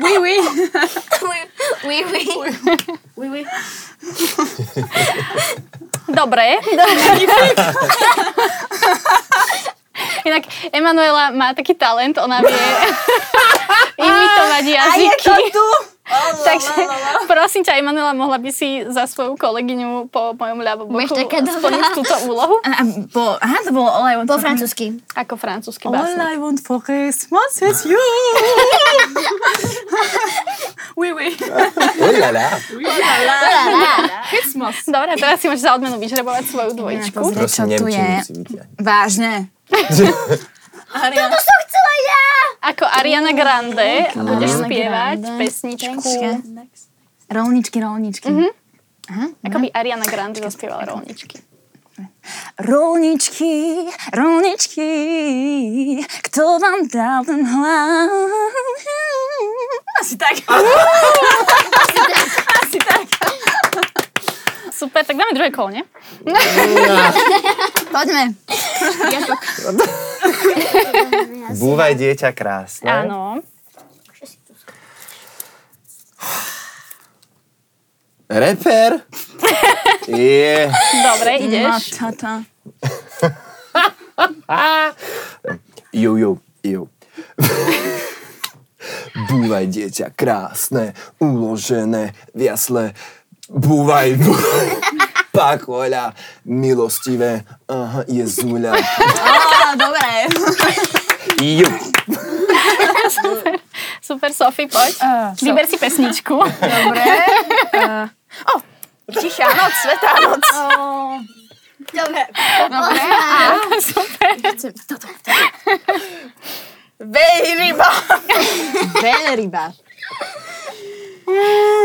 Speaker 7: Oui, oui.
Speaker 5: Oui, oui.
Speaker 7: Oui, oui.
Speaker 2: Dobre. Inak Emanuela má taký talent, ona vie imitovať jazyky.
Speaker 7: tu.
Speaker 2: Takže prosím ťa, Emanuela, mohla by si za svoju kolegyňu po mojom ľavom boku
Speaker 5: Budeš taká dobrá.
Speaker 2: splniť túto úlohu
Speaker 4: A, a po, aha, to bolo All I Want
Speaker 5: Po
Speaker 4: for,
Speaker 5: francúzsky.
Speaker 2: ako francúzsky
Speaker 4: All
Speaker 2: básnik.
Speaker 4: I Want for Christmas is you.
Speaker 7: Oui, oui.
Speaker 3: uľala.
Speaker 2: Dobre, a teraz si môžeš za odmenu vyžrebovať svoju dvojičku.
Speaker 4: Pozri, čo
Speaker 3: Prosím,
Speaker 4: tu
Speaker 3: nemčinu si
Speaker 4: je.
Speaker 3: vyťahni.
Speaker 4: Vážne.
Speaker 7: Ariana.
Speaker 5: To chcela ja!
Speaker 2: Ako Ariana Grande a budeš
Speaker 4: Ariana
Speaker 2: spievať
Speaker 4: Grande.
Speaker 2: pesničku.
Speaker 4: Počkaj. Rolničky, rolničky.
Speaker 2: Ako by Ariana Grande zaspievala rolničky.
Speaker 4: Rolničky, rolničky, kto vám dal ten hlas? Asi tak.
Speaker 2: Super, tak dáme druhé kolo, nie?
Speaker 4: Poďme.
Speaker 3: Búvaj dieťa krásne.
Speaker 2: Áno.
Speaker 3: Reper? Je.
Speaker 2: Dobre,
Speaker 4: No,
Speaker 2: ideš.
Speaker 4: toto.
Speaker 3: Ju, ju, ju. Búvaj dieťa krásne, uložené v jasle. Búvaj, búvaj. Pakoľa, milostivé, aha, je zúľa.
Speaker 4: Á, dobre.
Speaker 3: Ju.
Speaker 2: Super, Sofi, poď. Vyber si pesničku.
Speaker 7: Tichá noc, svetá noc.
Speaker 5: Dobre.
Speaker 7: Veľryba. Veľryba.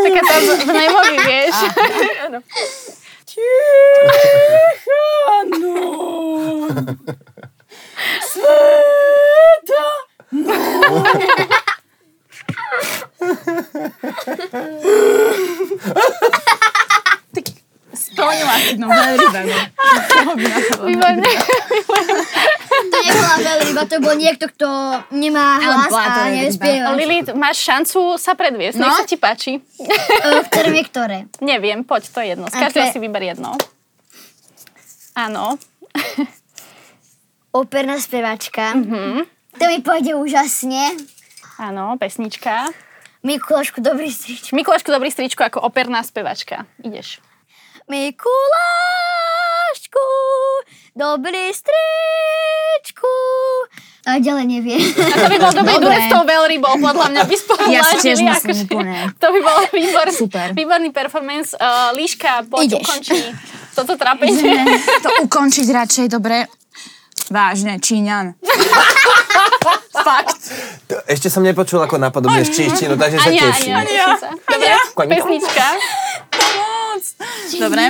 Speaker 2: Taká tá v v nemovi, vieš.
Speaker 7: Tichá noc. Svetá.
Speaker 4: Splnila si, no, veľryba, no.
Speaker 2: Výborne.
Speaker 5: To nebola veľryba, to bol niekto, kto nemá hlas
Speaker 4: bola to
Speaker 5: a
Speaker 4: veľryba.
Speaker 5: nespieva.
Speaker 2: Lili, máš šancu sa predviesť. Nech sa ti páči.
Speaker 5: Eh, Ktoré je ktoré?
Speaker 2: Neviem, poď, to je jedno. Z každého
Speaker 5: Aké-
Speaker 2: si vyber jedno. Áno.
Speaker 5: Operná spevačka. Mm-hmm.
Speaker 7: Mhm.
Speaker 5: To mi pôjde úžasne.
Speaker 2: Áno, pesnička.
Speaker 5: Mikulášku, dobrý strič.
Speaker 2: Mikulášku, dobrý stričko, ako operná spevačka. Ideš.
Speaker 5: Mikulášku, dobrý stričku. Ale ďalej neviem.
Speaker 2: A to by bol dobrý
Speaker 4: Dobre.
Speaker 2: duet s tou Velrybou, podľa mňa by spolu
Speaker 4: Ja si
Speaker 2: ladili,
Speaker 4: tiež myslím
Speaker 2: akože-
Speaker 4: úplne.
Speaker 2: To by bol výborný,
Speaker 4: Super.
Speaker 2: výborný performance. Uh, Líška, poď
Speaker 5: Ideš.
Speaker 2: ukončí toto trápenie.
Speaker 4: Ideme to ukončiť radšej, dobre? Vážne, Číňan.
Speaker 2: Fakt.
Speaker 3: To- Ešte som nepočul, ako napodobneš číštinu, no takže sa
Speaker 2: Ani ja, ani
Speaker 3: teším.
Speaker 2: ja. teším sa. Dobre,
Speaker 3: Koň-
Speaker 2: pesnička.
Speaker 4: Dobre?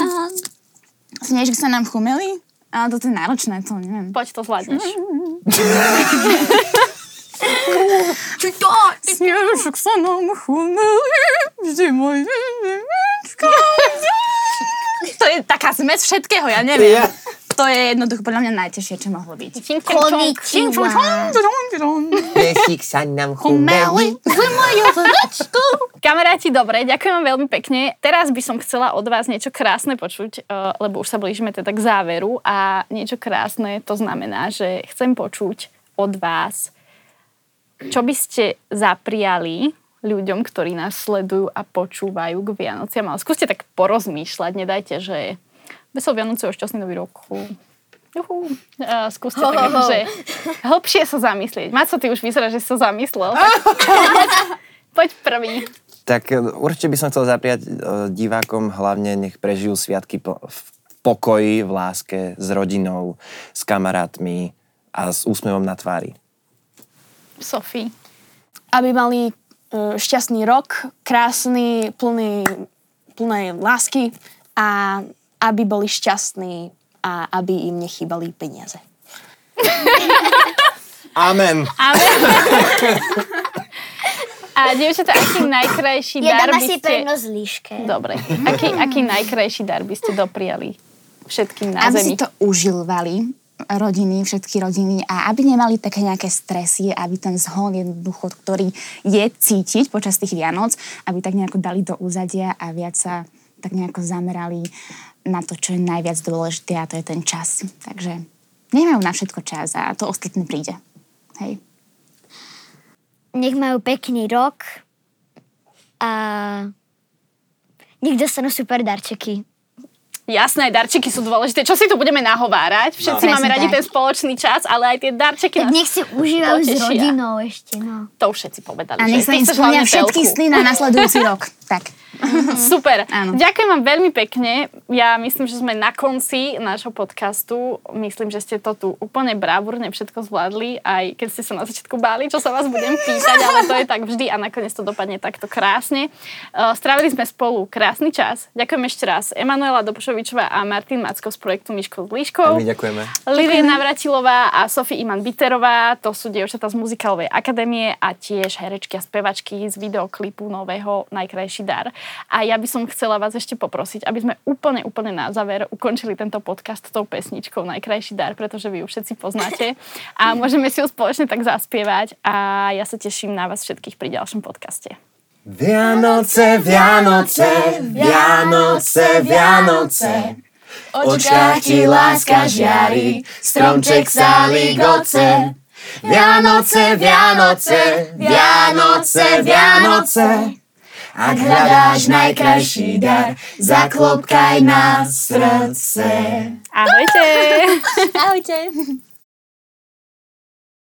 Speaker 4: Snežik sa nám chumeli? Ale toto je náročné, to neviem.
Speaker 2: Poď to zvládneš.
Speaker 4: Snežik sa nám chumeli, vždy môj To je taká zmes všetkého, ja neviem.
Speaker 3: Ja.
Speaker 4: To je jednoducho podľa mňa najtežšie, čo mohlo byť.
Speaker 2: Čing, čing, čong.
Speaker 5: Konnichiwa.
Speaker 3: Pesík sa nám chumeli.
Speaker 2: Kamaráti, dobre, ďakujem vám veľmi pekne. Teraz by som chcela od vás niečo krásne počuť, eh, lebo už sa blížime teda k záveru a niečo krásne to znamená, že chcem počuť od vás, čo by ste zapriali ľuďom, ktorí nás sledujú a počúvajú k Vianociam. Ale skúste tak porozmýšľať, nedajte, že vesel Vianoce o šťastný nový rok. Juhu. Uh, skúste ho, tak, ho, že hlbšie sa zamyslieť. Maco, ty už vyzerá, že si sa zamyslel. Poď prvý.
Speaker 3: Tak e, určite by som chcel zapriať e, divákom hlavne, nech prežijú sviatky po, v pokoji, v láske, s rodinou, s kamarátmi a s úsmevom na tvári.
Speaker 2: Sofie.
Speaker 6: aby mali e, šťastný rok, krásny, plný, plnej lásky a aby boli šťastní a aby im nechýbali peniaze.
Speaker 3: Amen.
Speaker 2: A dievčatá, aký najkrajší
Speaker 5: Ja
Speaker 2: dar by
Speaker 5: dám asi
Speaker 2: ste...
Speaker 5: prednosť líške.
Speaker 2: Dobre. Aký, aký najkrajší dar by ste dopriali všetkým na
Speaker 4: aby
Speaker 2: zemi?
Speaker 4: si to užilvali rodiny, všetky rodiny a aby nemali také nejaké stresy, aby ten zhon jednoducho, ktorý je cítiť počas tých Vianoc, aby tak nejako dali do úzadia a viac sa tak nejako zamerali na to, čo je najviac dôležité a to je ten čas. Takže nemajú na všetko čas a to ostatné príde. Hej.
Speaker 5: Nech majú pekný rok a nech dostanú super darčeky.
Speaker 2: Jasné, darčeky sú dôležité. Čo si tu budeme nahovárať? Všetci
Speaker 4: No.
Speaker 2: máme
Speaker 4: Presne
Speaker 2: radi
Speaker 4: tak.
Speaker 2: ten spoločný čas, ale aj tie darčeky...
Speaker 5: Tak
Speaker 2: nás-
Speaker 5: nech si užívajú s
Speaker 2: potešia.
Speaker 5: rodinou ešte, no.
Speaker 2: To už všetci povedali.
Speaker 4: A
Speaker 2: že
Speaker 4: nech sa
Speaker 2: ty
Speaker 4: im
Speaker 2: chceš
Speaker 4: splnia
Speaker 2: hlavne
Speaker 4: všetky
Speaker 2: telku.
Speaker 4: sny na nasledujúci rok. Tak.
Speaker 2: Mm-hmm. Super.
Speaker 4: Áno.
Speaker 2: Ďakujem vám veľmi pekne. Ja myslím, že sme na konci nášho podcastu. Myslím, že ste to tu úplne bravúrne všetko zvládli, aj keď ste sa na začiatku báli, čo sa vás budem pýtať, ale to je tak vždy a nakoniec to dopadne takto krásne. Eh, Strávili sme spolu krásny čas. Ďakujem ešte raz Emanuela Dobošovičová a Martin Macko z projektu Myško s
Speaker 3: A
Speaker 2: líškou.
Speaker 3: my ďakujeme.
Speaker 2: Livia Navratilová a Sofie Iman Biterová, to sú dievčatá z Muzikálovej akadémie a tiež herečky a spevačky z videoklipu nového Najkrajší dar. A ja by som chcela vás ešte poprosiť, aby sme úplne, úplne na záver ukončili tento podcast tou pesničkou Najkrajší dar, pretože vy ju všetci poznáte a môžeme si ju spoločne tak zaspievať a ja sa teším na vás všetkých pri ďalšom podcaste.
Speaker 1: Vianoce, Vianoce, Vianoce, Vianoce. Očkách ti láska žiari, stromček sa ligoce. Vianoce, Vianoce, Vianoce, Vianoce. Ak hľadáš najkrajší dar, zaklopkaj na srdce.
Speaker 2: Ahojte!
Speaker 4: Ahojte.